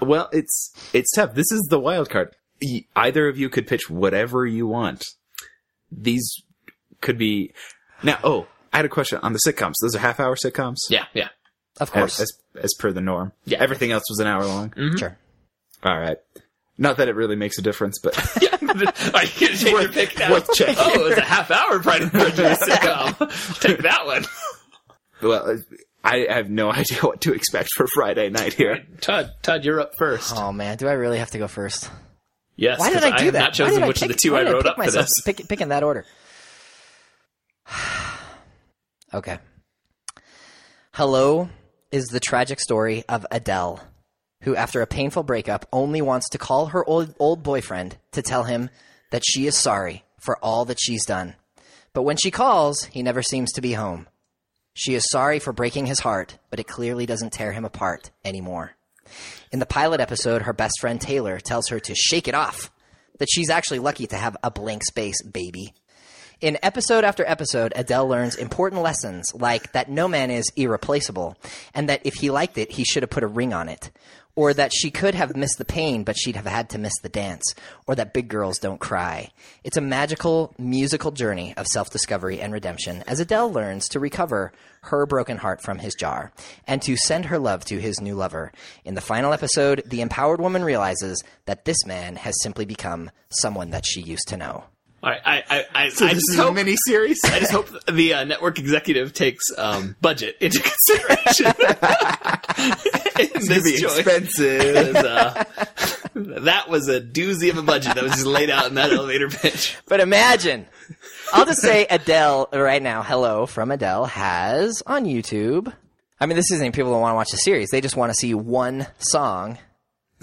S3: well, it's it's tough. This is the wild card. E- Either of you could pitch whatever you want. These could be now. Oh, I had a question on the sitcoms. Those are half-hour sitcoms.
S1: yeah, yeah.
S2: Of
S3: as,
S2: course, Mm-hmm.
S3: as as per the norm.
S1: Yeah.
S3: everything else was an hour long.
S2: sure.
S3: All right. Not that it really makes a difference, but
S1: yeah. Are you going to change your pick now?
S3: worth checking.
S1: Oh, it's a half hour Pride and Prejudice sitcom. Take that one.
S3: well, I have no idea what to expect for Friday night here.
S1: Todd, Todd, you're up first.
S2: Oh man, do I really have to go first?
S1: Yes.
S2: Why did
S1: 'cause
S2: I do
S1: have
S2: that?
S1: Not
S2: Why
S1: chosen
S2: did I
S1: which
S2: pick,
S1: of the two
S2: why
S1: I
S2: did
S1: wrote
S2: pick
S1: up for
S2: myself
S1: this.
S2: Pick, pick in that order. okay. Hello is the tragic story of Adele, who, after a painful breakup, only wants to call her old, old boyfriend to tell him that she is sorry for all that she's done. But when she calls, he never seems to be home. She is sorry for breaking his heart, but it clearly doesn't tear him apart anymore. In the pilot episode, her best friend Taylor tells her to shake it off, that she's actually lucky to have a blank space, baby. In episode after episode, Adele learns important lessons like that no man is irreplaceable, and that if he liked it, he should have put a ring on it, or that she could have missed the pain, but she'd have had to miss the dance, or that big girls don't cry. It's a magical, musical journey of self discovery and redemption as Adele learns to recover her broken heart from his jar and to send her love to his new lover. In the final episode, the empowered woman realizes that this man has simply become someone that she used to know.
S1: All right. I, I, I, I
S3: This
S1: just
S3: is a
S1: hope.
S3: mini series.
S1: I just hope the uh, network executive takes um, budget into consideration. In
S3: It's gonna be
S1: this choice.
S3: expensive.
S1: 'Cause, uh, that was a doozy of a budget that was just laid out in that elevator pitch.
S2: But imagine I'll just say Adele right now. Hello from Adele has on YouTube. I mean, this isn't even people that want to watch the series. They just want to see one song.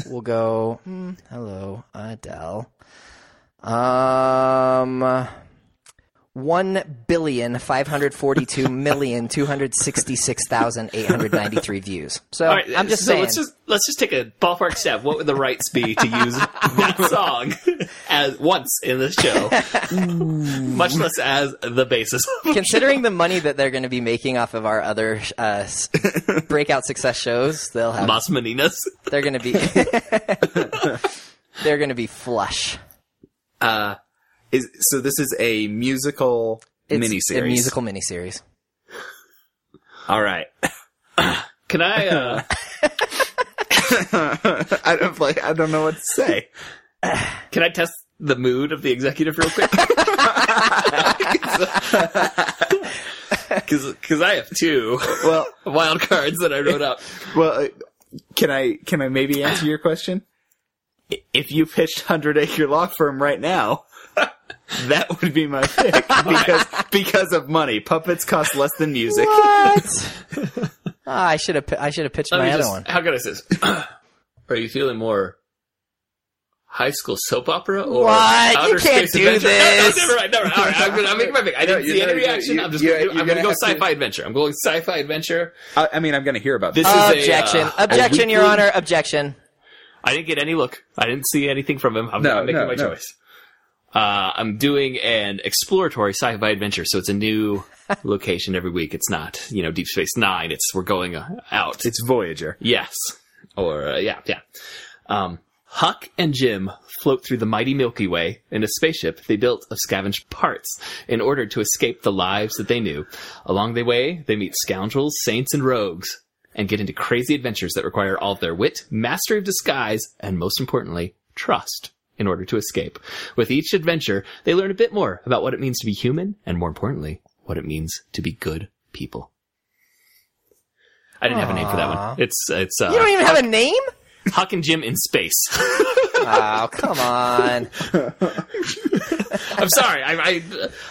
S2: We'll go. hmm, hello, Adele. Um. One billion five hundred forty-two million two hundred sixty-six thousand eight hundred ninety-three views. So
S1: All right,
S2: I'm just
S1: so
S2: saying.
S1: Let's just let's just take a ballpark step. What would the rights be to use that song as once in the show, much less as the basis?
S2: considering the money that they're going to be making off of our other uh, s- breakout success shows, they'll have
S1: Mas Meninas.
S2: they're going to be they're going to be flush.
S3: Is so this is a musical
S2: It's
S3: miniseries.
S2: a musical miniseries.
S3: All right.
S1: Can I? Uh,
S3: I don't like. I don't know what to say.
S1: can I test the mood of the executive real quick? Because I have two
S3: Well,
S1: wild cards that I wrote up.
S3: well, uh, can I can I maybe answer your question? I- If you pitched Hundred Acre Law Firm right now, that would be my pick because because of money. Puppets cost less than music.
S2: What? Ah, I should have I should have pitched
S1: Let
S2: my
S1: me
S2: other
S1: just-
S2: one.
S1: How good is this? Are you feeling more high school soap opera or
S2: What? You
S1: outer
S2: can't
S1: space
S2: do
S1: adventure?
S2: this.
S1: No, no, never mind, never mind. All right, I'm gonna I'm making my pick. I didn't
S3: you
S1: see any
S3: know, you-
S1: reaction.
S3: you-
S1: I'm just
S3: you're-
S1: gonna, do,
S3: you're
S1: I'm gonna
S3: gonna
S1: go
S3: have to-
S1: sci-fi adventure. I'm going sci-fi adventure.
S3: I, I mean, I'm going to hear about this.
S1: This is a,
S2: Objection!
S1: uh, a
S2: Objection, Your
S1: weekly-
S2: Honor! Objection!
S1: I didn't get any look. I didn't see anything from him. I'm,
S3: No,
S1: I'm making
S3: no,
S1: my
S3: no.
S1: choice. Uh, I'm doing an exploratory sci-fi adventure, so it's a new location every week. It's not, you know, Deep Space Nine. It's we're going uh, out.
S3: it's Voyager.
S1: Yes. Or, uh, yeah, yeah. Um, Huck and Jim float through the mighty Milky Way in a spaceship they built of scavenged parts in order to escape the lives that they knew. Along the way, they meet scoundrels, saints, and rogues and get into crazy adventures that require all of their wit, mastery of disguise, and most importantly, trust in order to escape. With each adventure, they learn a bit more about what it means to be human and more importantly, what it means to be good people. I didn't have a name for that
S2: Aw.
S1: one. It's it's uh,
S2: You don't even have a name?
S1: Huck and Jim in space.
S2: Oh, come on!
S1: I'm sorry. I, I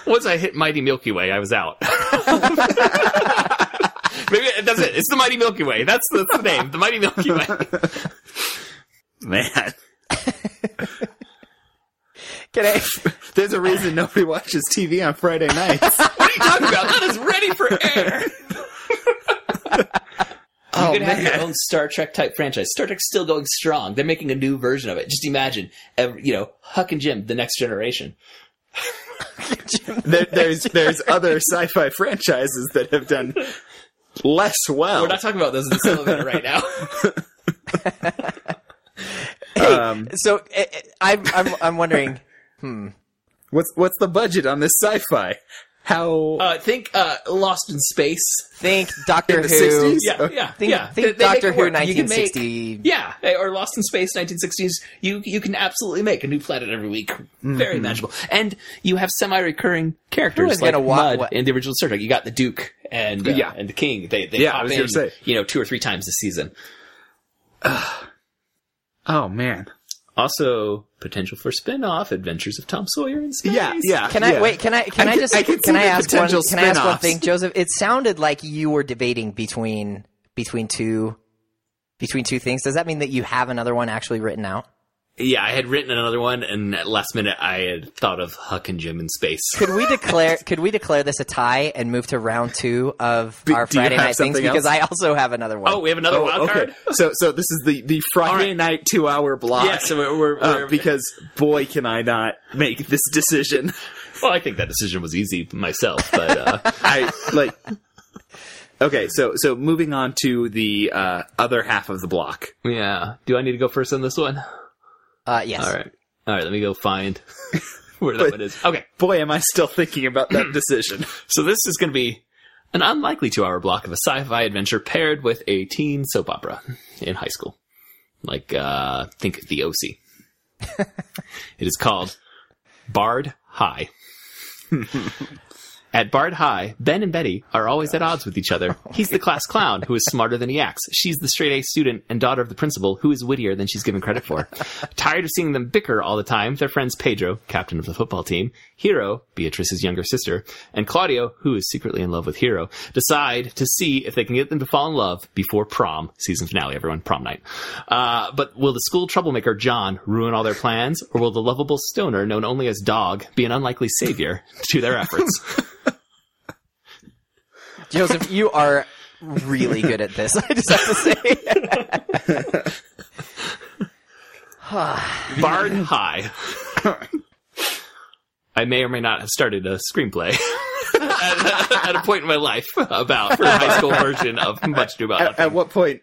S1: once I hit Mighty Milky Way, I was out. Maybe that's it. It's the Mighty Milky Way. That's the, that's the name. The Mighty Milky Way.
S3: Man,
S2: Can I?
S3: there's a reason nobody watches TV on Friday nights.
S1: What are you talking about? That is ready for air.
S2: Oh,
S1: you could have
S2: man.
S1: your own Star Trek type franchise. Star Trek's still going strong. They're making a new version of it. Just imagine, every, you know, Huck and Jim, the next generation.
S3: there, there's there's other sci-fi franchises that have done less well.
S1: We're not talking about those in this elevator right now.
S3: um,
S2: So eh, eh, I'm I'm I'm wondering.
S3: what's what's the budget on this sci-fi? How
S1: Uh, think uh, Lost in Space.
S2: Think Doctor
S3: the
S2: Who.
S3: 60s?
S1: Yeah, yeah,
S2: Think-
S1: yeah.
S2: think
S1: make
S2: Doctor
S1: it
S2: Who
S1: work. You can make-
S2: 1960.
S1: yeah, or Lost in Space 1960s. You you can absolutely make a new planet every week.
S3: Mm-hmm.
S1: Very manageable, and you have semi recurring characters
S2: Who is
S1: like
S2: gonna wa-
S1: Mud
S2: what-
S1: in the original Star Trek. You got the Duke and uh,
S3: Yeah.
S1: and the King. They they
S3: Yeah, I
S1: pop
S3: was
S1: in
S3: gonna say.
S1: you know two or three times this season.
S3: oh man,
S1: Also, potential for spin off Adventures of Tom Sawyer in Space.
S3: yeah, yeah.
S2: Can I
S3: yeah.
S2: wait? Can I? Can
S3: I
S2: I,
S3: can-
S2: just?
S3: I can
S2: can
S3: see
S2: I
S3: the
S2: ask one?
S3: potential
S2: Can I ask one
S3: spin-offs.
S2: thing, Joseph? It sounded like you were debating between between two between two things. Does that mean that you have another one actually written out?
S1: yeah. I had written another one, and at last minute, I had thought of Huck and Jim in Space.
S2: Could we declare? could we declare this a tie and move to round two of
S3: Be-
S2: our
S3: do you
S2: Friday
S3: have
S2: night things?
S3: something
S2: Because
S3: else?
S2: I also have another one.
S1: Oh, we have another
S3: Oh,
S1: wild
S3: okay.
S1: card.
S3: So so this is the the Friday
S1: right.
S3: night two hour block.
S1: Yeah, so we're, we're,
S3: Uh,
S1: we're
S3: because boy, can I not make this decision?
S1: Well, I think that decision was easy myself, but uh,
S3: I like. Okay, so so moving on to the uh, other half of the block.
S1: yeah. Do I need to go first on this one?
S2: uh, yes.
S1: All right, all right. Let me go find where that
S3: But-
S1: one is. Okay,
S3: Boy, am I still thinking about that decision.
S1: so this is going to be an unlikely two-hour block of a sci-fi adventure paired with a teen soap opera in high school. Like, uh, think the OC. it is called Bard High. At Bard High, Ben and Betty are always at odds with each other. He's the class clown who is smarter than he acts. She's the straight A student and daughter of the principal who is wittier than she's given credit for. Tired of seeing them bicker all the time, their friends Pedro, captain of the football team, Hero, Beatrice's younger sister, and Claudio, who is secretly in love with Hero, decide to see if they can get them to fall in love before prom, season finale, everyone, prom night. Uh, but will the school troublemaker John ruin all their plans, or will the lovable stoner known only as Dog be an unlikely savior to their efforts?
S2: Joseph, you are really good at this. I just have to say.
S1: Bard High. I may or may not have started a screenplay at, at a point in my life about for a high school version of Much Ado About
S3: At,
S1: Nothing.
S3: at what point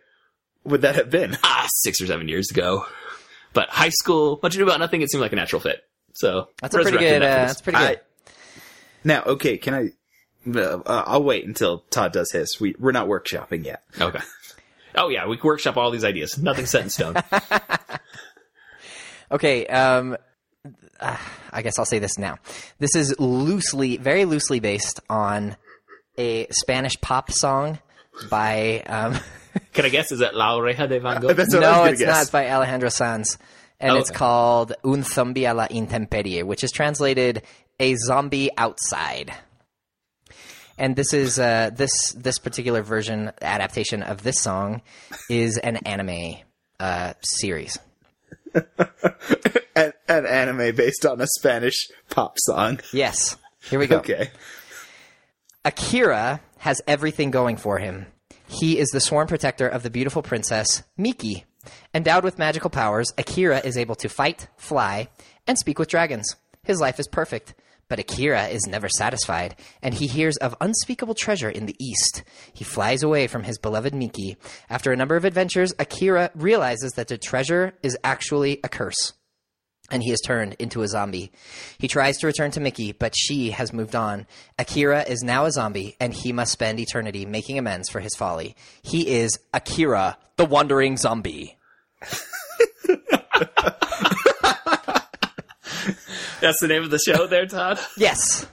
S3: would that have been?
S1: Ah, six or seven years ago. But high school, Much Ado About Nothing, it seemed like a natural fit. So
S2: That's a pretty
S1: resurrected
S2: good. Uh,
S1: that for
S2: that's
S1: this.
S2: pretty good.
S3: Now, okay, can I? Uh, uh, I'll wait until Todd does his. We we're not workshopping yet.
S1: okay. Oh yeah, we can workshop all these ideas. Nothing set in stone.
S2: Okay, um, ah, I guess I'll say this now. This is loosely, very loosely based on a Spanish pop song by. Um,
S1: Can I guess? Is that La Oreja de Van Gogh?
S3: That's what I
S2: no,
S3: was gonna
S2: it's not. It's
S3: guess.
S2: by Alejandro Sanz, and
S1: Oh,
S2: it's
S1: okay.
S2: called "Un Zombie a la Intemperie," which is translated "A Zombie Outside." And this is uh, this this particular version adaptation of this song is an anime uh, series.
S3: An, an anime based on a Spanish pop song.
S2: Yes, here we go.
S3: Okay.
S2: Akira has everything going for him. He is the sworn protector of the beautiful princess, Miki. Endowed with magical powers, Akira is able to fight, fly, and speak with dragons. His life is perfect. But Akira is never satisfied, and he hears of unspeakable treasure in the east. He flies away from his beloved Miki. After a number of adventures, Akira realizes that the treasure is actually a curse and he is turned into a zombie. He tries to return to Mickey, but she has moved on. Akira is now a zombie, and he must spend eternity making amends for his folly. He is Akira, the wandering zombie.
S1: That's the name of the show, there, Todd.
S2: Yes.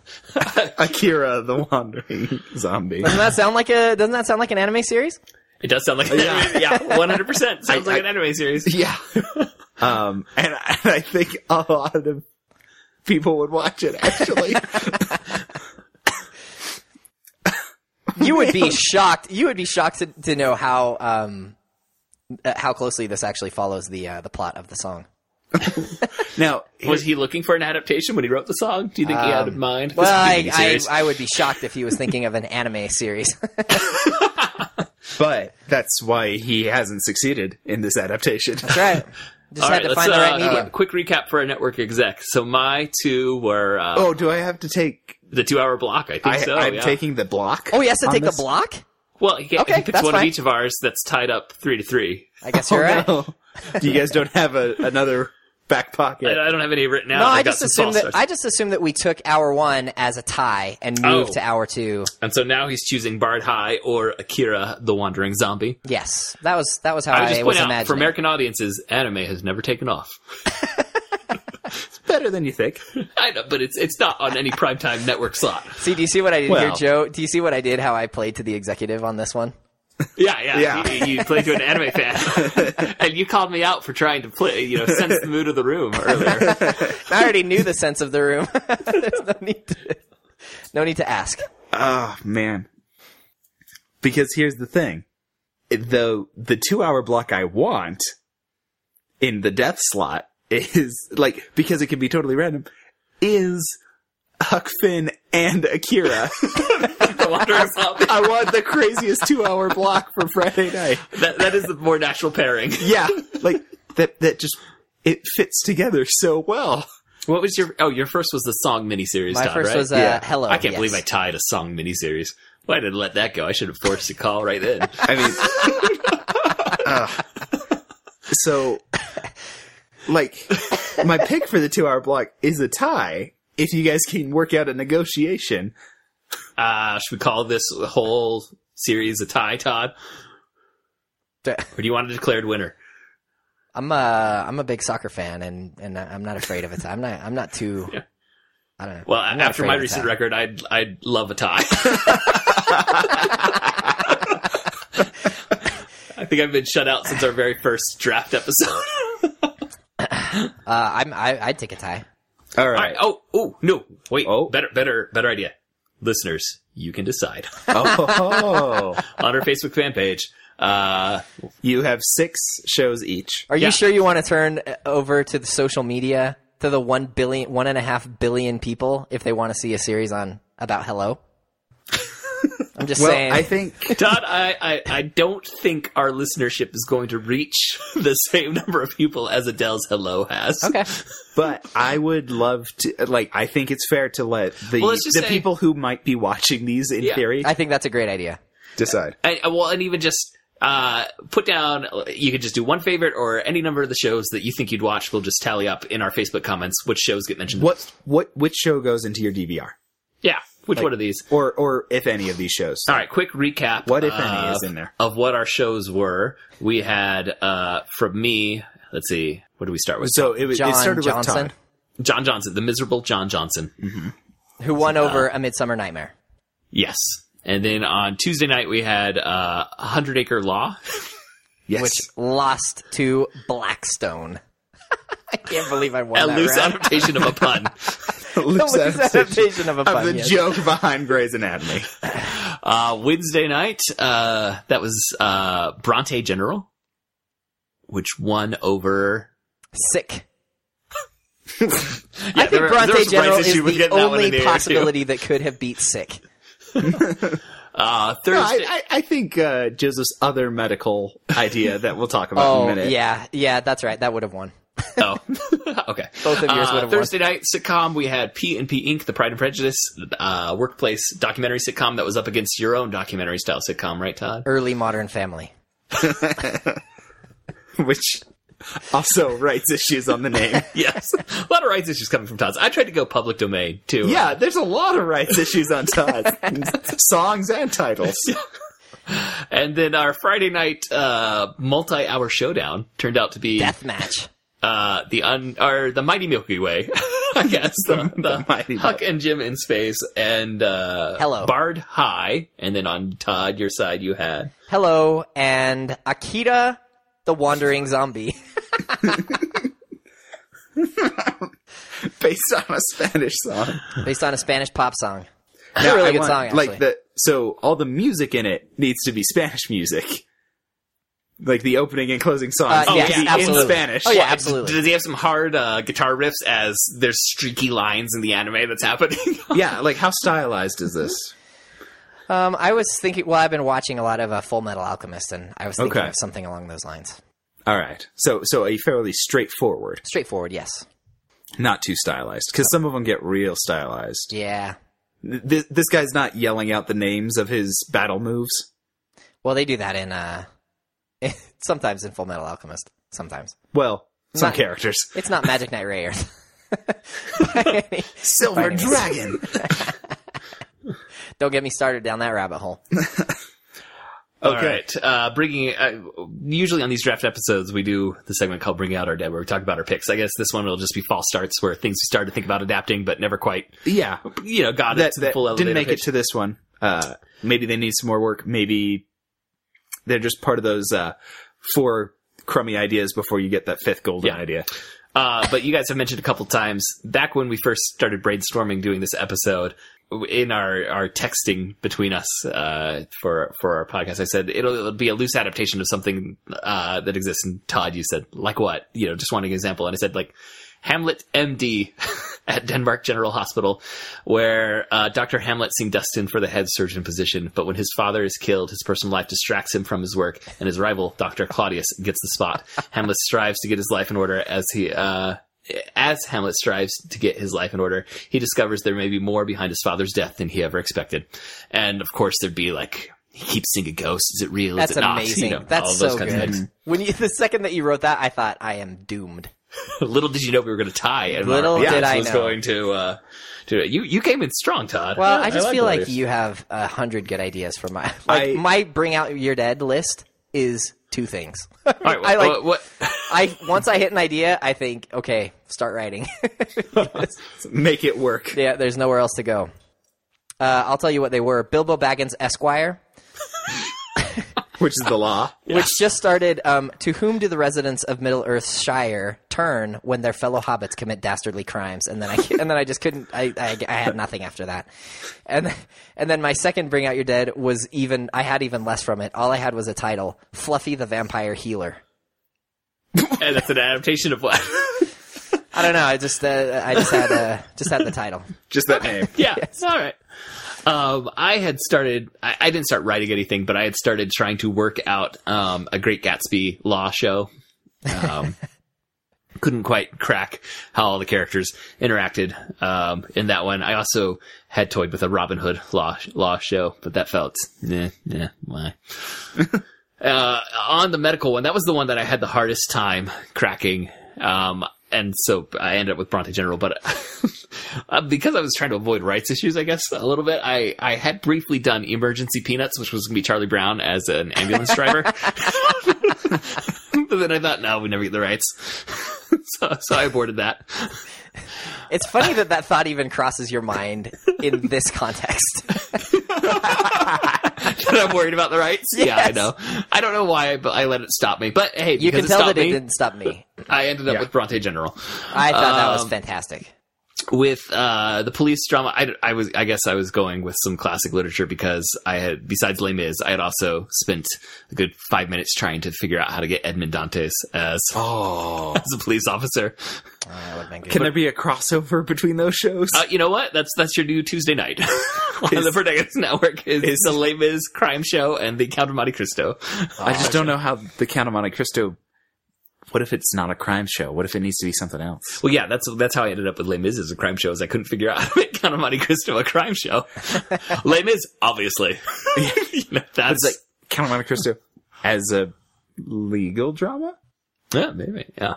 S3: Akira the Wandering Zombie.
S2: Doesn't that sound like a doesn't that sound like an anime series?
S1: It does sound like an anime. Yeah, one hundred percent sounds
S3: I-
S1: like an anime series.
S3: Yeah. um, and, I- and I think a lot of people would watch it, actually.
S2: You would be shocked. You would be shocked to, to know how um uh, how closely this actually follows the uh, the plot of the song.
S3: now,
S1: Was he looking for an adaptation when he wrote the song? Do you think he had in mind?
S2: Um, Well,
S1: This
S2: I,
S1: is a
S2: I
S1: series.
S2: I would be shocked if he was thinking of an anime series.
S3: but that's why he hasn't succeeded in this adaptation.
S2: That's right. Just
S1: All
S2: had
S1: right,
S2: to
S1: let's,
S2: find the right
S1: uh,
S2: medium.
S1: uh, quick recap for our network exec. So my two were uh,
S3: oh, do I have to take?
S1: the two-hour block. I think
S3: I,
S1: so.
S3: I'm
S1: yeah.
S3: taking the block.
S2: Oh, he has to
S3: on
S2: take
S3: this?
S2: the block.
S1: Well, he,
S2: Okay,
S1: he picks
S2: that's
S1: one of
S2: fine.
S1: each of ours that's tied up three to three.
S2: I guess
S3: Oh,
S2: you're right.
S3: no. you guys don't have a, another back pocket.
S1: I, I don't have any written out.
S2: No, I
S1: I've got
S2: just
S1: some
S2: assumed
S1: false
S2: that
S1: starts.
S2: I just assumed that we took hour one as a tie and
S1: Oh.
S2: moved to hour two.
S1: and so now he's choosing Bard High or Akira, the Wandering Zombie.
S2: Yes, that was that was how
S1: I
S2: I,
S1: would just
S2: was
S1: point out,
S2: imagining.
S1: for American audiences, anime has never taken off.
S3: It's better than you think.
S1: I know, but it's it's not on any primetime network slot.
S2: see, do you see what I did here,
S3: Well.
S2: Joe? Do you see what I did? How I played to the executive on this one?
S1: Yeah, yeah.
S3: Yeah.
S1: You, you played to an anime fan, and you called me out for trying to play, you know, sense the mood of the room earlier.
S2: I already knew the sense of the room. There's no need to no need to ask.
S3: Oh man. Because here's the thing. The the two hour block I want in the death slot is like because it can be totally random, is Huck Finn and Akira.
S1: The Wandering Zombie.
S3: I want the craziest two hour block for Friday night.
S1: That, that is the more natural pairing.
S3: Yeah. Like that that just it fits together so well.
S1: What was your? Oh, your first was the song miniseries.
S2: My
S1: Todd,
S2: first
S1: right?
S2: was uh,
S3: Yeah.
S2: hello.
S1: I can't
S2: yes.
S1: believe I tied a song miniseries. Why did I let that go? I should have forced a call right then.
S3: I mean, Ugh. so like my pick for the two hour block is a tie. If you guys can work out a negotiation,
S1: Uh, should we call this whole series a tie, Todd? Or do you want a declared winner?
S2: uh, I'm a I'm a big soccer fan, and and I'm not afraid of it. I'm not I'm not too. I don't know.
S1: Well,
S2: I'm not
S1: after
S2: afraid
S1: my
S2: of
S1: recent
S2: that.
S1: record, I'd I'd love a tie. I think I've been shut out since our very first draft episode.
S2: uh, I'm, I, I'd take a tie.
S3: All
S1: All
S3: right.
S1: right. Oh, oh, no. Wait.
S3: Oh.
S1: Better, better, better idea. Listeners, you can decide
S3: Oh,
S1: on our Facebook fan page. Uh,
S3: you have six shows each.
S2: Are you
S1: Yeah.
S2: sure you want to turn uh, over to the social media to the one billion, one and a half billion people if they want to see a series on about hello? I'm just
S3: Well,
S2: saying.
S3: I think
S1: Todd, I, I, I don't think our listenership is going to reach the same number of people as Adele's Hello has.
S2: okay.
S3: But I would love to, like, I think it's fair to let
S1: Well,
S3: the, the
S1: let's just say-
S3: people who might be watching these in
S1: Yeah.
S3: theory
S2: I think that's a great idea.
S3: decide.
S1: And, well, and even just uh, put down, you could just do one favorite or any number of the shows that you think you'd watch. We'll just tally up in our Facebook comments which shows get mentioned.
S3: What, what, which show goes into your DVR?
S1: Yeah, which one of these?
S3: Or, or if any of these shows.
S1: All right, quick recap.
S3: What, if any,
S1: of-
S3: is in there?
S1: Of what our shows were. We had, uh, from me, let's see, what do we start with?
S3: So it was,
S2: John
S3: it started
S2: Johnson,
S3: with Todd.
S1: John Johnson, the miserable John Johnson.
S2: who won over A Midsummer Nightmare.
S1: Yes. And then on Tuesday night, we had uh, 100 Acre Law.
S3: Yes.
S2: which lost to Blackstone. I can't believe I won
S1: a
S2: that
S1: loose
S2: round.
S1: adaptation of a pun.
S3: Loose
S2: loose adaptation of a
S3: of
S2: pun,
S3: the
S2: yes.
S3: joke behind Grey's Anatomy.
S1: Uh, Wednesday night, uh, that was uh, Bronte General, which won over.
S2: Sick.
S1: Yeah,
S2: I think
S1: there- there
S2: Bronte
S1: was a
S2: General
S1: rights
S2: is
S1: issue with
S2: the
S1: getting that one in
S2: only
S1: the air, too.
S2: possibility that could have beat Sick.
S1: Uh,
S3: No,
S1: Thursday.
S3: I, I, I think, uh, Joseph's other medical idea that we'll talk about in a
S2: Oh
S3: minute.
S2: yeah, yeah, that's right. That would have won.
S1: Oh, okay.
S2: Both of yours
S1: Uh,
S2: would have
S1: Thursday night sitcom. We had P and P Inc. The Pride and Prejudice uh, workplace documentary sitcom that was up against your own documentary style sitcom, right, Todd?
S2: Early Modern Family.
S3: Which also writes issues on the name.
S1: yes, a lot of rights issues coming from Todd's. I tried to go public domain too.
S3: Yeah, there's a lot of rights issues on Todd. Songs and titles.
S1: and then our Friday night uh, multi-hour showdown turned out to be
S2: Deathmatch.
S1: uh, the un or the Mighty Milky Way. I guess the, the,
S3: Mighty
S1: Huck and Jim in space and uh,
S2: Hello.
S1: Bard High, and then on Todd your side you had
S2: Hello and Akita, the wandering zombie.
S3: based on a Spanish song.
S2: Based on a Spanish pop song. It's
S3: Now,
S2: a really
S3: I
S2: good
S3: want-
S2: song, actually.
S3: Like the so all the music in it needs to be Spanish music. Like the opening and closing songs
S2: Uh,
S3: need
S1: yes,
S3: to be
S2: absolutely.
S3: in Spanish.
S2: Oh, yeah, absolutely.
S1: Does he have some hard uh, guitar riffs as there's streaky lines in the anime that's happening?
S3: Yeah, like how stylized is this?
S2: Um, I was thinking. Well, I've been watching a lot of uh, Full Metal Alchemist, and I was thinking
S3: Okay.
S2: of something along those lines.
S3: All right. So so a fairly straightforward,
S2: Straightforward, yes.
S3: not too stylized cuz some of them get real stylized.
S2: Yeah.
S3: Th- This, this guy's not yelling out the names of his battle moves.
S2: Well, they do that in uh, sometimes in Full Metal Alchemist. Sometimes
S3: Well, some
S2: Not-
S3: characters.
S2: it's not Magic Knight Rayearth. Fighting.
S3: Silver Dragon.
S2: Don't get me started down that rabbit hole.
S1: All
S3: Okay.
S1: right. Uh, bringing uh, usually on these draft episodes, we do the segment called "Bring Out Our Dead," where we talk about our picks. I guess this one will just be false starts, where things we started to think about adapting, but never quite,
S3: yeah.
S1: you know, got
S3: that,
S1: it to the
S3: that
S1: full elevator
S3: didn't make
S1: pitch.
S3: it to this one. Uh, maybe they need some more work. Maybe they're just part of those uh, four crummy ideas before you get that fifth golden
S1: Yeah.
S3: idea.
S1: Uh, but you guys have mentioned a couple times back when we first started brainstorming doing this episode in our, our texting between us uh, for for our podcast. I said it'll, it'll be a loose adaptation of something uh, that exists. And Todd, you said like what? You know, just wanting an example. And I said like Hamlet MD at Denmark General Hospital, where uh, Dr. Hamlet's seeing destined for the head surgeon position, but when his father is killed, his personal life distracts him from his work, and his rival, Dr. Claudius, gets the spot. Hamlet strives to get his life in order as he. Uh, as Hamlet strives to get his life in order, he discovers there may be more behind his father's death than he ever expected. And of course, there'd be like, he keeps seeing a ghost. Is it real?
S2: That's
S1: Is it not? You
S2: amazing.
S1: know, all
S2: That's
S1: those
S2: so
S1: kinds of things.
S2: good. When you the second that you wrote that, I thought I am doomed.
S1: Little did you know we were going to tie. And
S2: Little
S1: our audience
S2: did I
S1: was
S2: know.
S1: going to uh, do it. You you came in strong, Todd.
S2: Well, I just feel
S1: the
S2: like
S1: audience.
S2: you have a hundred good ideas for my like
S3: I-
S2: my bring out your dead list is two things.
S1: All right,
S2: I like
S1: what, what-
S2: I once I hit an idea, I think, okay, start writing.
S3: Make it work.
S2: yeah, there's nowhere else to go. Uh, I'll tell you what they were: Bilbo Baggins Esquire,
S3: Which is the law.
S2: which just started. Um, to whom do the residents of Middle Earth Shire turn when their fellow hobbits commit dastardly crimes? And then I and then I just couldn't. I, I, I had nothing after that. And and then my second Bring Out Your Dead was even. I had even less from it. All I had was a title: Fluffy the Vampire Healer.
S1: and that's an adaptation of what?
S2: I don't know. I just uh, I just had uh, just had the title.
S3: Just that name.
S1: yeah. All right. Um, I had started. I, I didn't start writing anything, but I had started trying to work out um, a Great Gatsby law show. Um, couldn't quite crack how all the characters interacted um, in that one. I also had toyed with a Robin Hood law law show, but that felt yeah yeah why. uh, on the medical one, that was the one that I had the hardest time cracking. Um, and so I ended up with Bronte General, but uh, because I was trying to avoid rights issues, I guess a little bit, I, I had briefly done Emergency Peanuts, which was going to be Charlie Brown as an ambulance driver. but then I thought, no, we never get the rights. so, so I aborted that.
S2: It's funny that that thought even crosses your mind in this context.
S1: that I'm worried about the rights. Yeah, I
S2: Yes.
S1: know. I don't know why, but I let it stop me. But hey,
S2: You
S1: because
S2: can tell that
S1: it
S2: it
S1: stopped me,
S2: didn't stop me.
S1: I ended up
S3: Yeah.
S1: with Bronte General.
S2: I thought that was
S1: Um,
S2: fantastic.
S1: with uh, the police drama. I, I was, I guess, I was going with some classic literature because I had, besides Les Mis, I had also spent a good five minutes trying to figure out how to get Edmond Dantes as,
S3: Oh.
S1: as a police officer.
S2: Uh, that would've been good.
S3: Can there be a crossover between those shows?
S1: Uh, you know what? That's that's your new Tuesday night on the Protagonist Network is, the Les Mis crime show and the Count of Monte Cristo.
S3: I just don't know how the Count of Monte Cristo. What if it's not a crime show? What if it needs to be something else?
S1: Well, yeah, that's that's how I ended up with Les Mis as a crime show. Is I couldn't figure out how to make Count of Monte Cristo a crime show. Les Mis, obviously. You know, that's
S3: It's like Count of Monte Cristo as a legal drama,
S1: yeah, maybe yeah.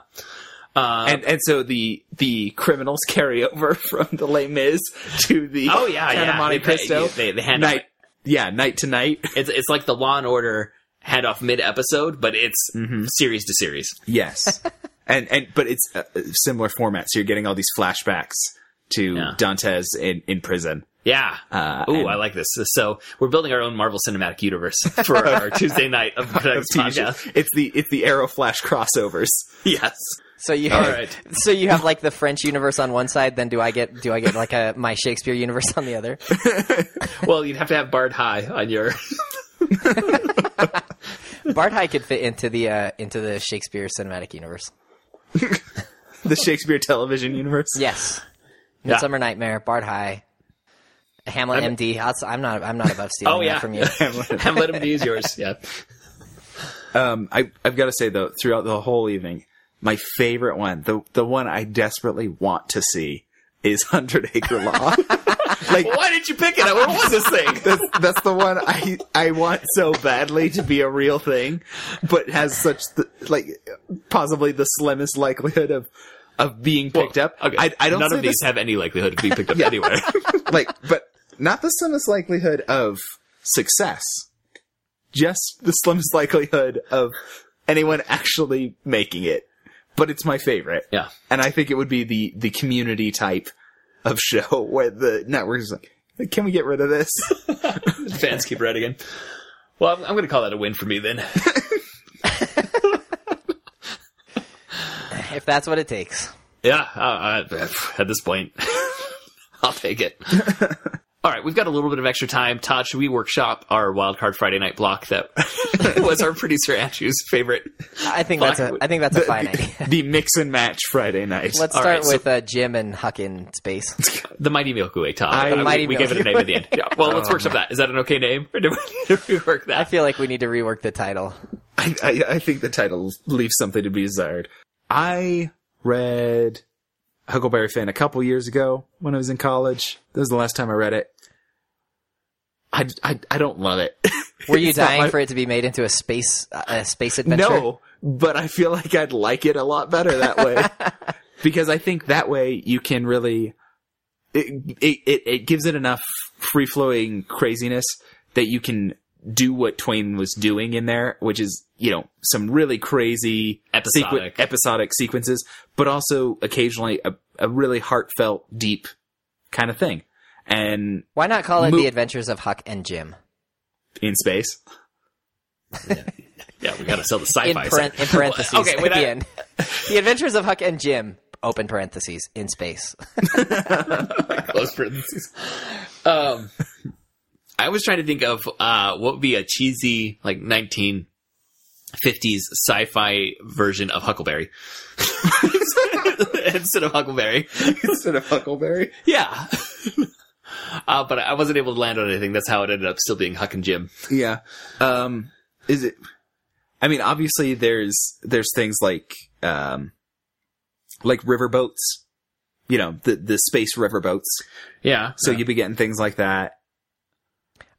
S1: Um,
S3: and and so the the criminals carry over from the Les Mis to the
S1: Oh yeah,
S3: Count
S1: yeah.
S3: of Monte
S1: They-
S3: Cristo
S1: They, they hand
S3: night. Yeah, night to night.
S1: It's it's like the Law and Order hand off mid episode, but it's
S3: Mm-hmm.
S1: series to series.
S3: Yes, and and but it's a a similar format, so you're getting all these flashbacks to
S1: Yeah.
S3: Dantes in in prison.
S1: Yeah.
S3: Uh,
S1: Ooh,
S3: and-
S1: I like this. So we're building our own Marvel Cinematic Universe for our Tuesday night of
S3: Of
S1: Products
S3: TV
S1: podcast.
S3: It's the it's the Arrow Flash crossovers.
S1: Yes.
S2: So you
S1: All
S2: have,
S1: right.
S2: so you have like the French universe on one side, then do I get do I get like a my Shakespeare universe on the other?
S1: Well, you'd have to have Bard High on your.
S2: Bart High could fit into the uh, into the Shakespeare cinematic universe.
S3: the Shakespeare television universe.
S2: Yes,
S1: Yeah.
S2: Midsummer Nightmare, Bart High, Hamlet MD. That's- I'm not I'm not above stealing
S1: Oh, yeah.
S2: that from you.
S1: Hamlet of These yours. Yeah.
S3: Um, I, I've got to say though, throughout the whole evening, my favorite one, the the one I desperately want to see, is Hundred Acre Law. like
S1: Why did you pick it? What was this thing?
S3: that's that's the one I I want so badly to be a real thing, but has such the, like possibly the slimmest likelihood of of being picked up.
S1: Okay.
S3: I, I don't
S1: None
S3: say
S1: of these
S3: this-
S1: have any likelihood of being picked up anywhere.
S3: like, but not the slimmest likelihood of success. Just the slimmest likelihood of anyone actually making it. But it's my favorite.
S1: Yeah.
S3: And I think it would be the, the community type of show where the network is like, can we get rid of this?
S1: Fans keep right again. Well, I'm, I'm going to call that a win for me then.
S2: If that's what it takes.
S1: Yeah, uh, uh, at this point, I'll take it. All right, we've got a little bit of extra time. Todd, should we workshop our wild card Friday night block that was our producer Andrew's favorite?
S2: I think
S1: Fuck.
S2: that's a I think that's a fine idea.
S3: the mix and match Friday night.
S2: Let's
S1: All
S2: start
S1: right, so-
S2: with uh, Jim and Huck in space.
S1: The Mighty Milky Way, Todd.
S3: I- The
S1: we,
S2: Mighty
S1: we gave it a
S2: Milky
S1: name at the end. Yeah, well, let's workshop that. Is that an okay name? Or did we, did we work
S2: I
S1: that?
S2: feel like we need to rework the title.
S3: I, I, I think the title leaves something to be desired. I read Huckleberry Finn a couple years ago when I was in college. That was the last time I read it. I, I, I don't love it.
S2: Were you
S3: It's not
S2: dying
S3: my-
S2: for it to be made into a space a space adventure?
S3: no, but I feel like I'd like it a lot better that way because I think that way you can really it it it, it gives it enough free flowing craziness that you can do what Twain was doing in there, which is, you know, some really crazy
S1: Episodic.
S3: episodic sequences, but also occasionally a, a really heartfelt, deep kind of thing. And
S2: Why not call it
S3: Mo-
S2: The Adventures of Huck and Jim?
S3: in space,
S1: Yeah, we gotta sell the
S2: In,
S1: sci-fi.
S2: paren- in parentheses
S1: Okay,
S2: at
S1: without-
S2: the end. the Adventures of Huck and Jim, open parentheses, in space.
S1: Close parentheses. Um, I was trying to think of uh, what would be a cheesy like 1950s sci-fi version of Huckleberry instead of Huckleberry.
S3: instead of Huckleberry.
S1: Yeah. Uh, but I wasn't able to land on anything. That's how it ended up still being Huck and Jim.
S3: Yeah. Um, is it? I mean, obviously, there's there's things like um, like riverboats. You know, the the space riverboats.
S1: Yeah.
S3: So you'd be getting things like that.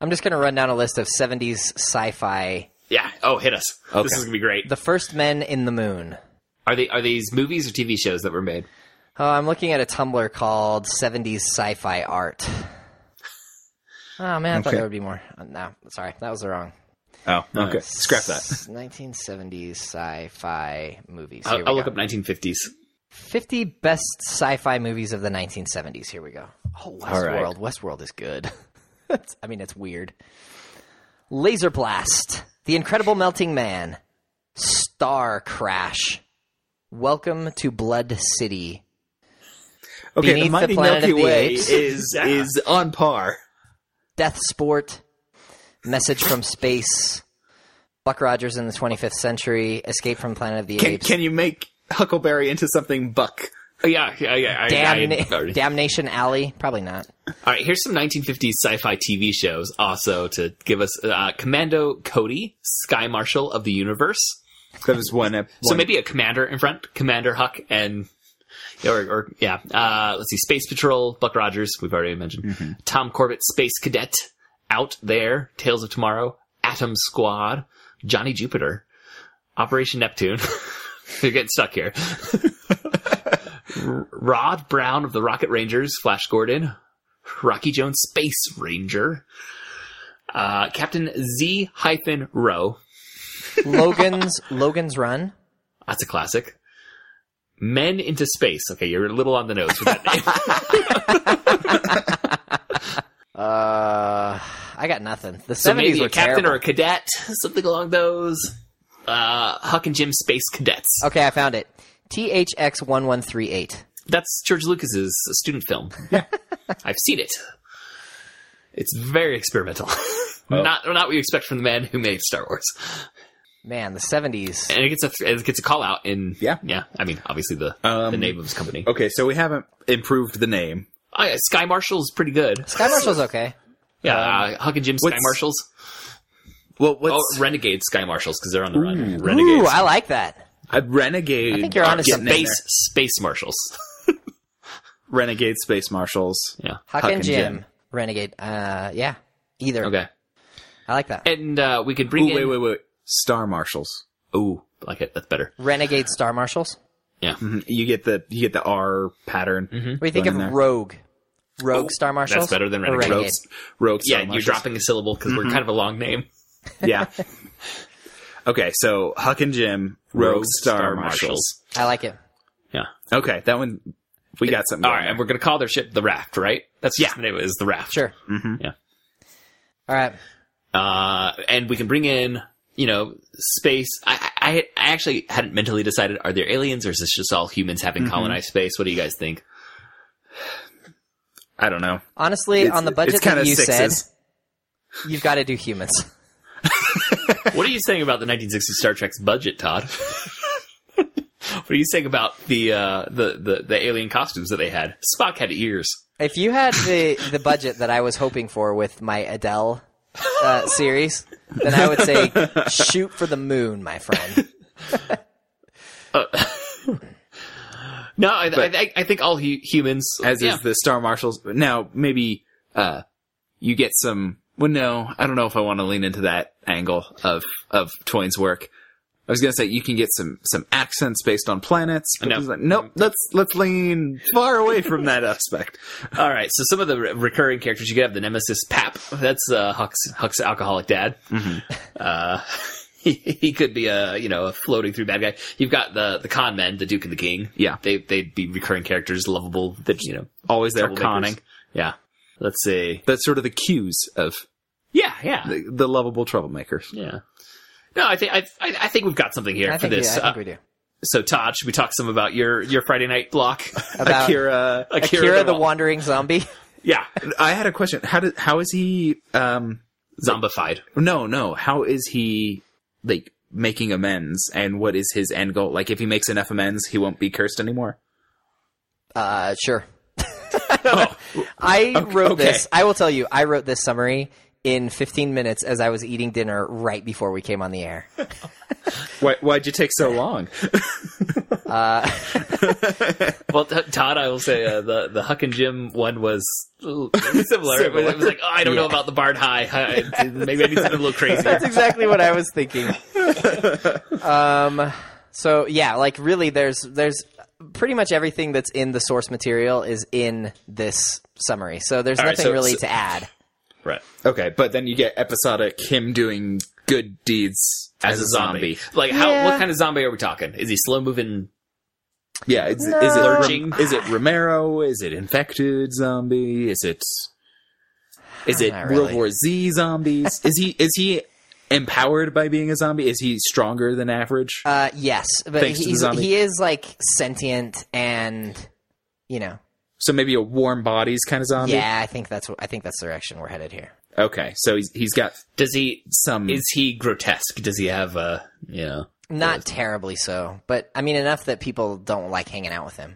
S2: I'm just going to run down a list of 70s sci fi.
S1: yeah. Oh, hit us.
S3: Okay.
S1: This is gonna be great.
S2: The First Men in the Moon.
S1: Are they are these movies or TV shows that were made?
S2: Oh, I'm looking at a Tumblr called 70s Sci Fi Art. Oh, man, I thought
S3: Okay.
S2: there would be more. Uh, No, sorry, that was the wrong.
S3: Oh, okay. Scrap that.
S2: 1970s sci fi movies. Here
S1: I'll,
S2: we
S1: I'll
S2: go.
S1: look up 1950s.
S2: 50 best sci-fi movies of the 1970s. Here we go. Oh,
S3: right.
S2: Westworld. Westworld is good. It's- I mean, it's weird. Laser Blast, The Incredible Melting Man, Star Crash, Welcome to Blood City.
S3: Okay,
S2: Beneath
S3: the
S2: the
S3: mighty
S2: Planet
S3: Milky
S2: of the
S3: Way
S2: Apes.
S3: is is on par.
S2: Death Sport, Message from Space, Buck Rogers in the 25th Century, Escape from Planet of the
S3: Can
S2: Apes,
S3: can you make Huckleberry into something buck?
S1: Oh, yeah, yeah, yeah. I- I-
S2: Damn-
S1: already-
S2: Damnation Alley? Probably not.
S1: All right, here's some 1950s sci-fi TV shows also to give us uh, Commando Cody, Sky Marshal of the Universe.
S3: That was one. ep-
S1: So
S3: one-
S1: maybe a commander in front, Commander Huck, and or, or yeah, uh, let's see, Space Patrol, Buck Rogers, we've already mentioned, Tom Corbett, Space Cadet, Out There, Tales of Tomorrow, Atom Squad, Johnny Jupiter, Operation Neptune. You're getting stuck here. R- Rod Brown of the Rocket Rangers, Flash Gordon, Rocky Jones, Space Ranger, uh, Captain Z hyphen Rowe,
S2: Logan's Logan's Run?
S1: that's a classic. Men into space. Okay, you're a little on the nose with that name.
S2: Uh, I got nothing. The
S1: so
S2: seventies
S1: maybe
S2: were
S1: a captain
S2: terrible.
S1: or a cadet, something along those. Uh, Huck and Jim Space Cadets.
S2: okay, I found it. THX one one three eight.
S1: That's George Lucas's student film. I've seen it. It's very experimental. not not what you expect from the man who made Star Wars.
S2: Man, the seventies.
S1: And it gets a it gets a call out in
S3: Yeah.
S1: yeah. I mean, obviously the the
S3: Um,
S1: name of his company.
S2: oh.
S3: Okay, so we haven't improved the name.
S1: Oh, yeah, Sky Marshal's pretty good.
S2: Sky Marshal's okay.
S1: Yeah,
S2: Um,
S1: uh, Huck and Jim Sky
S3: what's-
S1: Marshals.
S3: Well, what's
S1: Oh, renegade sky marshals because they're on the run. Renegades,
S2: Ooh, I like that.
S3: a uh, renegade?
S2: I think you're onto
S3: getting in
S2: something.
S3: there.
S1: space Uh, space marshals.
S3: renegade space marshals.
S1: Yeah.
S2: Huck, and Jim. Renegade. Uh, yeah. Either.
S1: Okay.
S2: I like that.
S1: And uh, we could bring
S3: Ooh,
S1: in.
S3: wait, wait, wait. Star marshals.
S1: Ooh, I like it. That's better.
S2: Renegade Star Marshals.
S1: Yeah.
S3: Mm-hmm. You get the you get the R pattern.
S1: Mm-hmm.
S2: What do you think
S3: One in
S2: of
S3: there.
S2: Rogue? Rogue Star Marshals.
S1: Oh, better than
S2: Or
S1: Renegade.
S2: Renegade.
S3: Rogues, rogue.
S1: Yeah,
S3: Star
S1: you're
S3: marshals. Mm-hmm.
S1: dropping a syllable because we're kind of a long name.
S3: Yeah. okay, so Huck and Jim, rogue, Star, marshals.
S2: I like it.
S1: Yeah.
S3: Okay, that one we got something.
S1: All
S3: going
S1: right,
S3: there.
S1: and we're gonna call their ship the Raft, right? That's just the
S3: Yeah.
S1: name is the Raft.
S2: Sure.
S3: Mm-hmm.
S1: Yeah.
S2: All right.
S1: Uh, and we can bring in, you know, space. I, I, I actually hadn't mentally decided: are there aliens, or is this just all humans having
S3: Mm-hmm.
S1: colonized space? What do you guys think?
S3: I don't know.
S2: Honestly,
S3: It's-
S2: on the budget
S3: it's kinda
S2: that you
S3: sixes.
S2: said, you've got to do humans.
S1: What are you saying about the 1960 Star Trek's budget, Todd? what are you saying about the, uh, the the the alien costumes that they had? Spock had ears.
S2: If you had the the budget that I was hoping for with my Adele uh, series, then I would say shoot for the moon, my friend.
S1: No, I, I, I think all hu- humans,
S3: As
S1: yeah.
S3: is the Star Marshals. Now maybe uh you get some well no, I don't know if I want to lean into that angle of of Twain's work. I was gonna say you can get some some accents based on planets. But
S1: No.
S3: no, like, nope. Let's let's lean far away from that uh, aspect.
S1: All right, so some of the re- recurring characters you could have the nemesis Pap. That's uh, Huck's Huck's alcoholic dad.
S3: Mm-hmm.
S1: Uh, he, he could be a you know a floating through bad guy. You've got the the con men, the Duke and the King.
S3: Yeah.
S1: they they'd be recurring characters, lovable. That you know
S3: Always there
S1: troublemakers.
S3: conning.
S1: Yeah, let's see.
S3: That's sort of the cues of
S1: Yeah, yeah,
S3: the, the lovable troublemakers.
S1: yeah. No, I think I, I I think we've got something here
S2: I
S1: for
S2: think, we-
S1: this.
S2: I think
S1: Uh,
S2: we do.
S1: so Todd, should we talk some about your your Friday night block?
S2: About Akira,
S3: Akira,
S2: the
S1: Wa-
S2: Wandering Zombie.
S1: Yeah,
S3: I had a question. How did how is he? Um,
S1: zombified.
S3: no, no. How is he like making amends? And what is his end goal? Like, if he makes enough amends, he won't be cursed anymore.
S2: Uh, sure.
S1: Oh.
S2: I wrote
S3: okay.
S2: this. I will tell you. I wrote this summary in 15 minutes as I was eating dinner right before we came on the air.
S3: Why, why'd you take so long?
S1: Well, t- Todd, I will say uh, the the Huck and Jim one was uh, similar. It was- It was like, oh, I don't know about the barn high. I- Maybe I need something a little crazier.
S2: That's exactly what I was thinking. um, so yeah, like really, there's there's pretty much everything that's in the source material is in this summary. So there's
S1: right,
S2: nothing
S1: so-
S2: really
S1: so-
S2: to add.
S1: Right.
S3: okay, but then you get episodic him doing good deeds
S1: As a zombie, like how?
S2: Yeah.
S1: What kind of zombie are we talking? Is he slow moving?
S3: Yeah, it's, is it
S2: No.
S1: Lurching.
S3: is it Romero? Is it infected zombie? Is it is it
S2: Not
S3: World
S2: really.
S3: War Z zombies? is he is he empowered by being a zombie? Is he stronger than average?
S2: Uh, yes, but
S3: Thanks to the
S2: he's,
S3: zombie.
S2: he is like sentient and you know.
S3: so maybe a warm bodies kind of zombie.
S2: Yeah, I think that's what- I think that's the direction we're headed here.
S3: Okay, so he's he's got
S1: Does he?
S3: some.
S1: Is he grotesque? Does he have uh, you know?
S2: Not terribly so, but I mean enough that people don't like hanging out with him.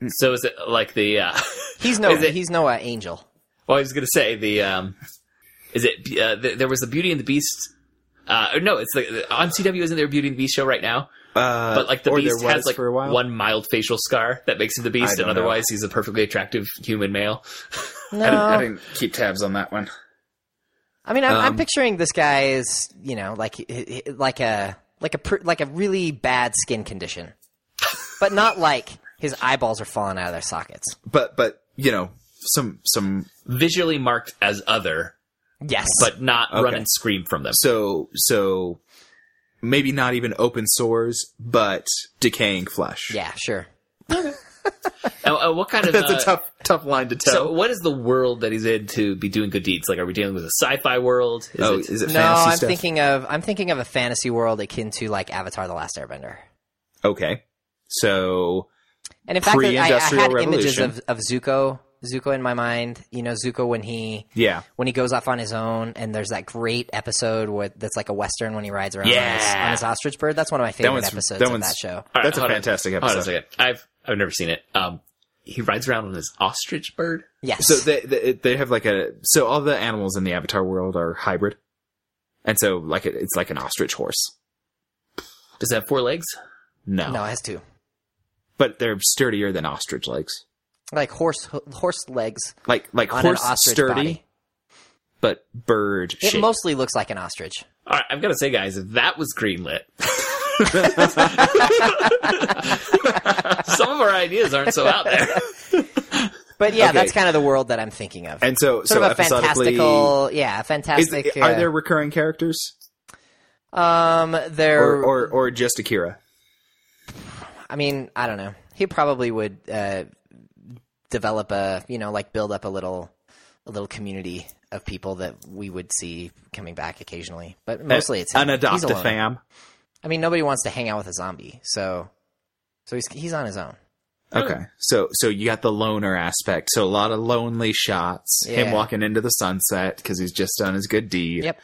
S2: Hmm.
S1: So is it like the? Uh,
S2: He's no
S1: Is it-
S2: he's no uh, angel.
S1: well, I was gonna say the. Um, is it? Uh, th- there was the Beauty and the Beast. Uh, or no, it's like on CW. Isn't there a Beauty and the Beast show right now?
S3: uh,
S1: But like the
S3: or
S1: beast
S3: there was
S1: has like
S3: for a while.
S1: one mild facial scar that makes him the
S3: I
S1: beast,
S3: don't
S1: and
S3: know.
S1: otherwise he's a perfectly attractive human male.
S2: No,
S3: I didn't, I didn't keep tabs on that one.
S2: I mean, I'm, I'm
S3: Um,
S2: picturing this guy as you know, like h- h- like a like a pr- like a really bad skin condition, but not like his eyeballs are falling out of their sockets.
S3: But but you know some some
S1: Visually marked as other,
S2: Yes,
S1: but not
S3: Okay.
S1: run and scream from them.
S3: so so maybe not even open sores, but decaying flesh.
S2: yeah, sure.
S1: Uh, uh, what kind of
S3: That's
S1: uh,
S3: a tough tough line to tell.
S1: So, what is the world that he's in to be doing good deeds? Like, are we dealing with a sci-fi world? Is
S3: oh,
S1: it-
S3: is it
S2: No,
S3: fantasy
S2: I'm
S3: stuff?
S2: thinking of I'm thinking of a fantasy world akin to like Avatar: The Last Airbender.
S3: Okay. So
S2: And in fact, I, I had
S3: Pre-industrial
S2: images
S3: revolution.
S2: of, of Zuko Zuko in my mind. You know, Zuko when he
S3: yeah.
S2: when he goes off on his own, and there's that great episode where that's like a western when he rides around on, his,
S1: Yeah.
S2: on his ostrich bird. That's one of my favorite
S3: one's-
S2: episodes
S3: that
S2: of
S3: one's-
S2: that show.
S1: All right,
S3: That's a
S1: hold on.
S3: fantastic
S1: Hold on a
S3: episode.
S1: second. I've I've never seen it. Um, he rides around on his ostrich bird.
S2: Yes.
S3: So they, they they have like a so all the animals in the Avatar world are hybrid, and so like it, it's like an ostrich horse.
S1: Does it have four legs?
S3: No.
S2: no, it has two.
S3: but they're sturdier than ostrich legs.
S2: Like horse horse legs
S3: Like like
S2: on
S3: horse
S2: an ostrich
S3: sturdy,
S2: body.
S3: but bird
S2: It
S3: shaped.
S2: mostly looks like an ostrich.
S1: All right, I've got to say, guys, if that was greenlit. Some of our ideas aren't so out there.
S2: But yeah,
S3: Okay.
S2: that's kind of the world that I'm thinking of.
S3: and so
S2: sort
S3: so
S2: of a
S3: episodically,
S2: fantastical, yeah, a
S3: is,
S2: fantastic.
S3: are there recurring characters
S2: uh, um there?
S3: or, or or just Akira?
S2: I mean, I don't know. He probably would uh, develop a, you know, like build up a little, a little community of people that we would see coming back occasionally. But mostly, it's him.
S3: an
S2: He's
S3: adopt a
S2: alone.
S3: fam.
S2: I mean, nobody wants to hang out with a zombie, so so he's he's on his own. Oh.
S3: Okay. So so you got the loner aspect. So a lot of lonely shots.
S2: Yeah.
S3: Him walking into the sunset because he's just done his good deed.
S2: Yep.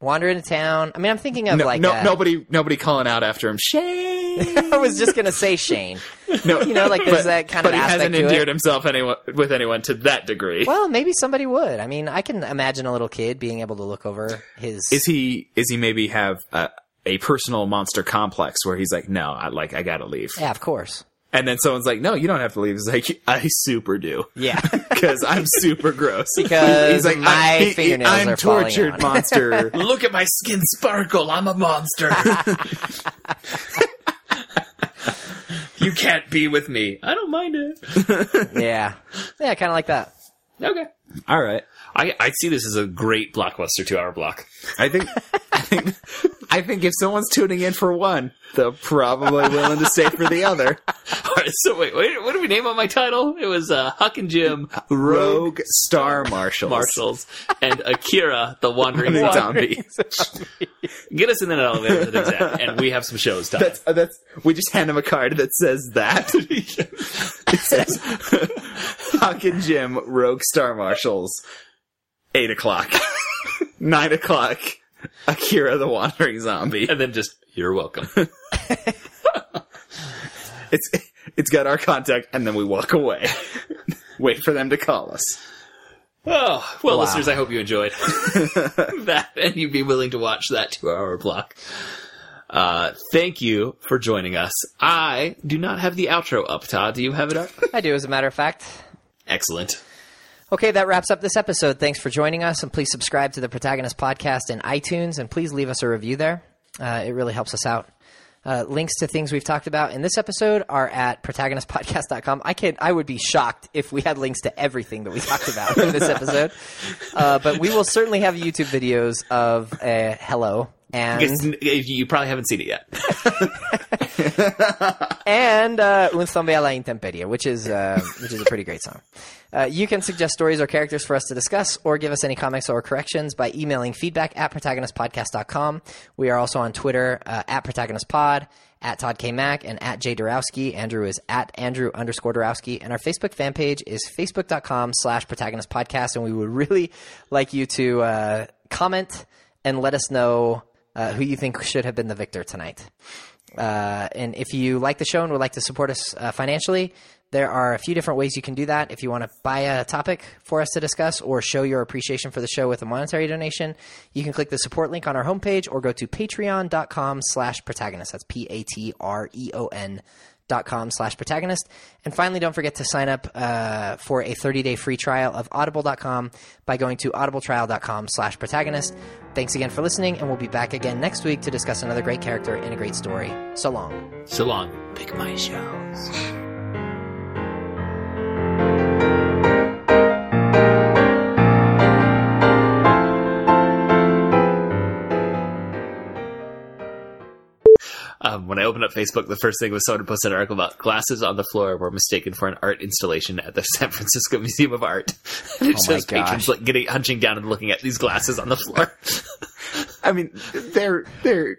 S2: Wander into town. I mean, I'm thinking of
S3: No,
S2: like
S3: no-
S2: uh,
S3: nobody nobody calling out after him. Shane.
S2: I was just gonna say Shane.
S3: No,
S2: You know, like there's that kind
S3: but
S2: of
S3: he
S2: aspect
S3: hasn't
S2: to it.
S3: endeared himself anyone with anyone to that degree.
S2: Well, maybe somebody would. I mean, I can imagine a little kid being able to look over his.
S3: Is he is he maybe have a, a personal monster complex where he's like, no, I like I gotta leave,
S2: yeah, of course.
S3: And then someone's like, "No, you don't have to leave." He's like, "I super do."
S2: Yeah.
S3: because I'm super gross.
S2: Because
S3: he's like,
S2: my
S3: I'm, he- he-
S2: fingernails
S3: I'm
S2: are falling
S3: tortured
S2: out.
S3: monster.
S1: Look at my skin sparkle. I'm a monster. you can't be with me. I don't mind it.
S2: yeah. Yeah, kind of like that.
S1: Okay.
S3: All right,
S1: I, I see this as a great blockbuster two hour block.
S3: I think, I think, I think if someone's tuning in for one, they're probably willing to stay for the other.
S1: All right, so wait, wait, what did we name on my title? It was uh, Huck and Jim,
S3: Rogue Star Marshals.
S1: Marshals, and Akira, the Wandering
S3: Wandering
S1: Zombie.
S3: Zombie.
S1: Get us in an elevator to the exec, and we have some shows done.
S3: That's uh, that's. We just hand him a card that says that. it says Huck and Jim Rogue Star Marshals. Eight o'clock. Nine o'clock. Akira the Wandering Zombie.
S1: and then just, you're welcome.
S3: It's it's got our contact, and then we walk away. Wait for them to call us.
S1: Oh, well,
S2: Wow.
S1: listeners, I hope you enjoyed that and you'd be willing to watch that two hour block. Uh, thank you for joining us. I do not have the outro up, Todd. Do you have it up?
S2: I do, as a matter of fact.
S1: Excellent.
S2: Okay, that wraps up this episode. Thanks for joining us, and please subscribe to the Protagonist Podcast in iTunes, and please leave us a review there. Uh, it really helps us out. Uh, links to things we've talked about in this episode are at protagonistpodcast.com. I can I would be shocked if we had links to everything that we talked about in this episode, uh, but we will certainly have YouTube videos of uh, hello and
S1: It's- You probably haven't seen it yet.
S2: and uh, Un Zombie a la Intemperie, which is uh, which is a pretty great song. Uh, you can suggest stories or characters for us to discuss, or give us any comments or corrections by emailing feedback at protagonistpodcast.com. We are also on Twitter uh, at protagonistpod, at Todd K. Mack, and at Jay Dorowski. Andrew is at Andrew underscore Dorowski. And our Facebook fan page is facebook.com slash protagonist podcast. And we would really like you to uh, comment and let us know uh, who you think should have been the victor tonight. Uh, and if you like the show and would like to support us uh, financially, there are a few different ways you can do that. If you want to buy a topic for us to discuss or show your appreciation for the show with a monetary donation, you can click the support link on our homepage or go to patreon.com slash protagonist. That's E P-A-T-R-E-O-N dot com slash protagonist. And finally, don't forget to sign up uh, for a 30-day free trial of audible.com by going to audibletrial.com slash protagonist. Thanks again for listening, and we'll be back again next week to discuss another great character and a great story. So long.
S1: So long. Pick my shows. Um, when I opened up Facebook, the first thing was someone posted an article about glasses on the floor were mistaken for an art installation at the San Francisco Museum of Art. and it
S2: Oh my
S1: shows patrons
S2: gosh.
S1: like getting hunching down and looking at these glasses on the floor.
S3: I mean, they're they're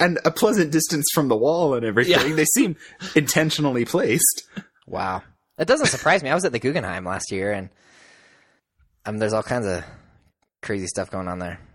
S3: and a pleasant distance from the wall and everything.
S1: Yeah.
S3: They seem intentionally placed.
S2: Wow. That doesn't surprise me. I was at the Guggenheim last year, and um, there's all kinds of crazy stuff going on there.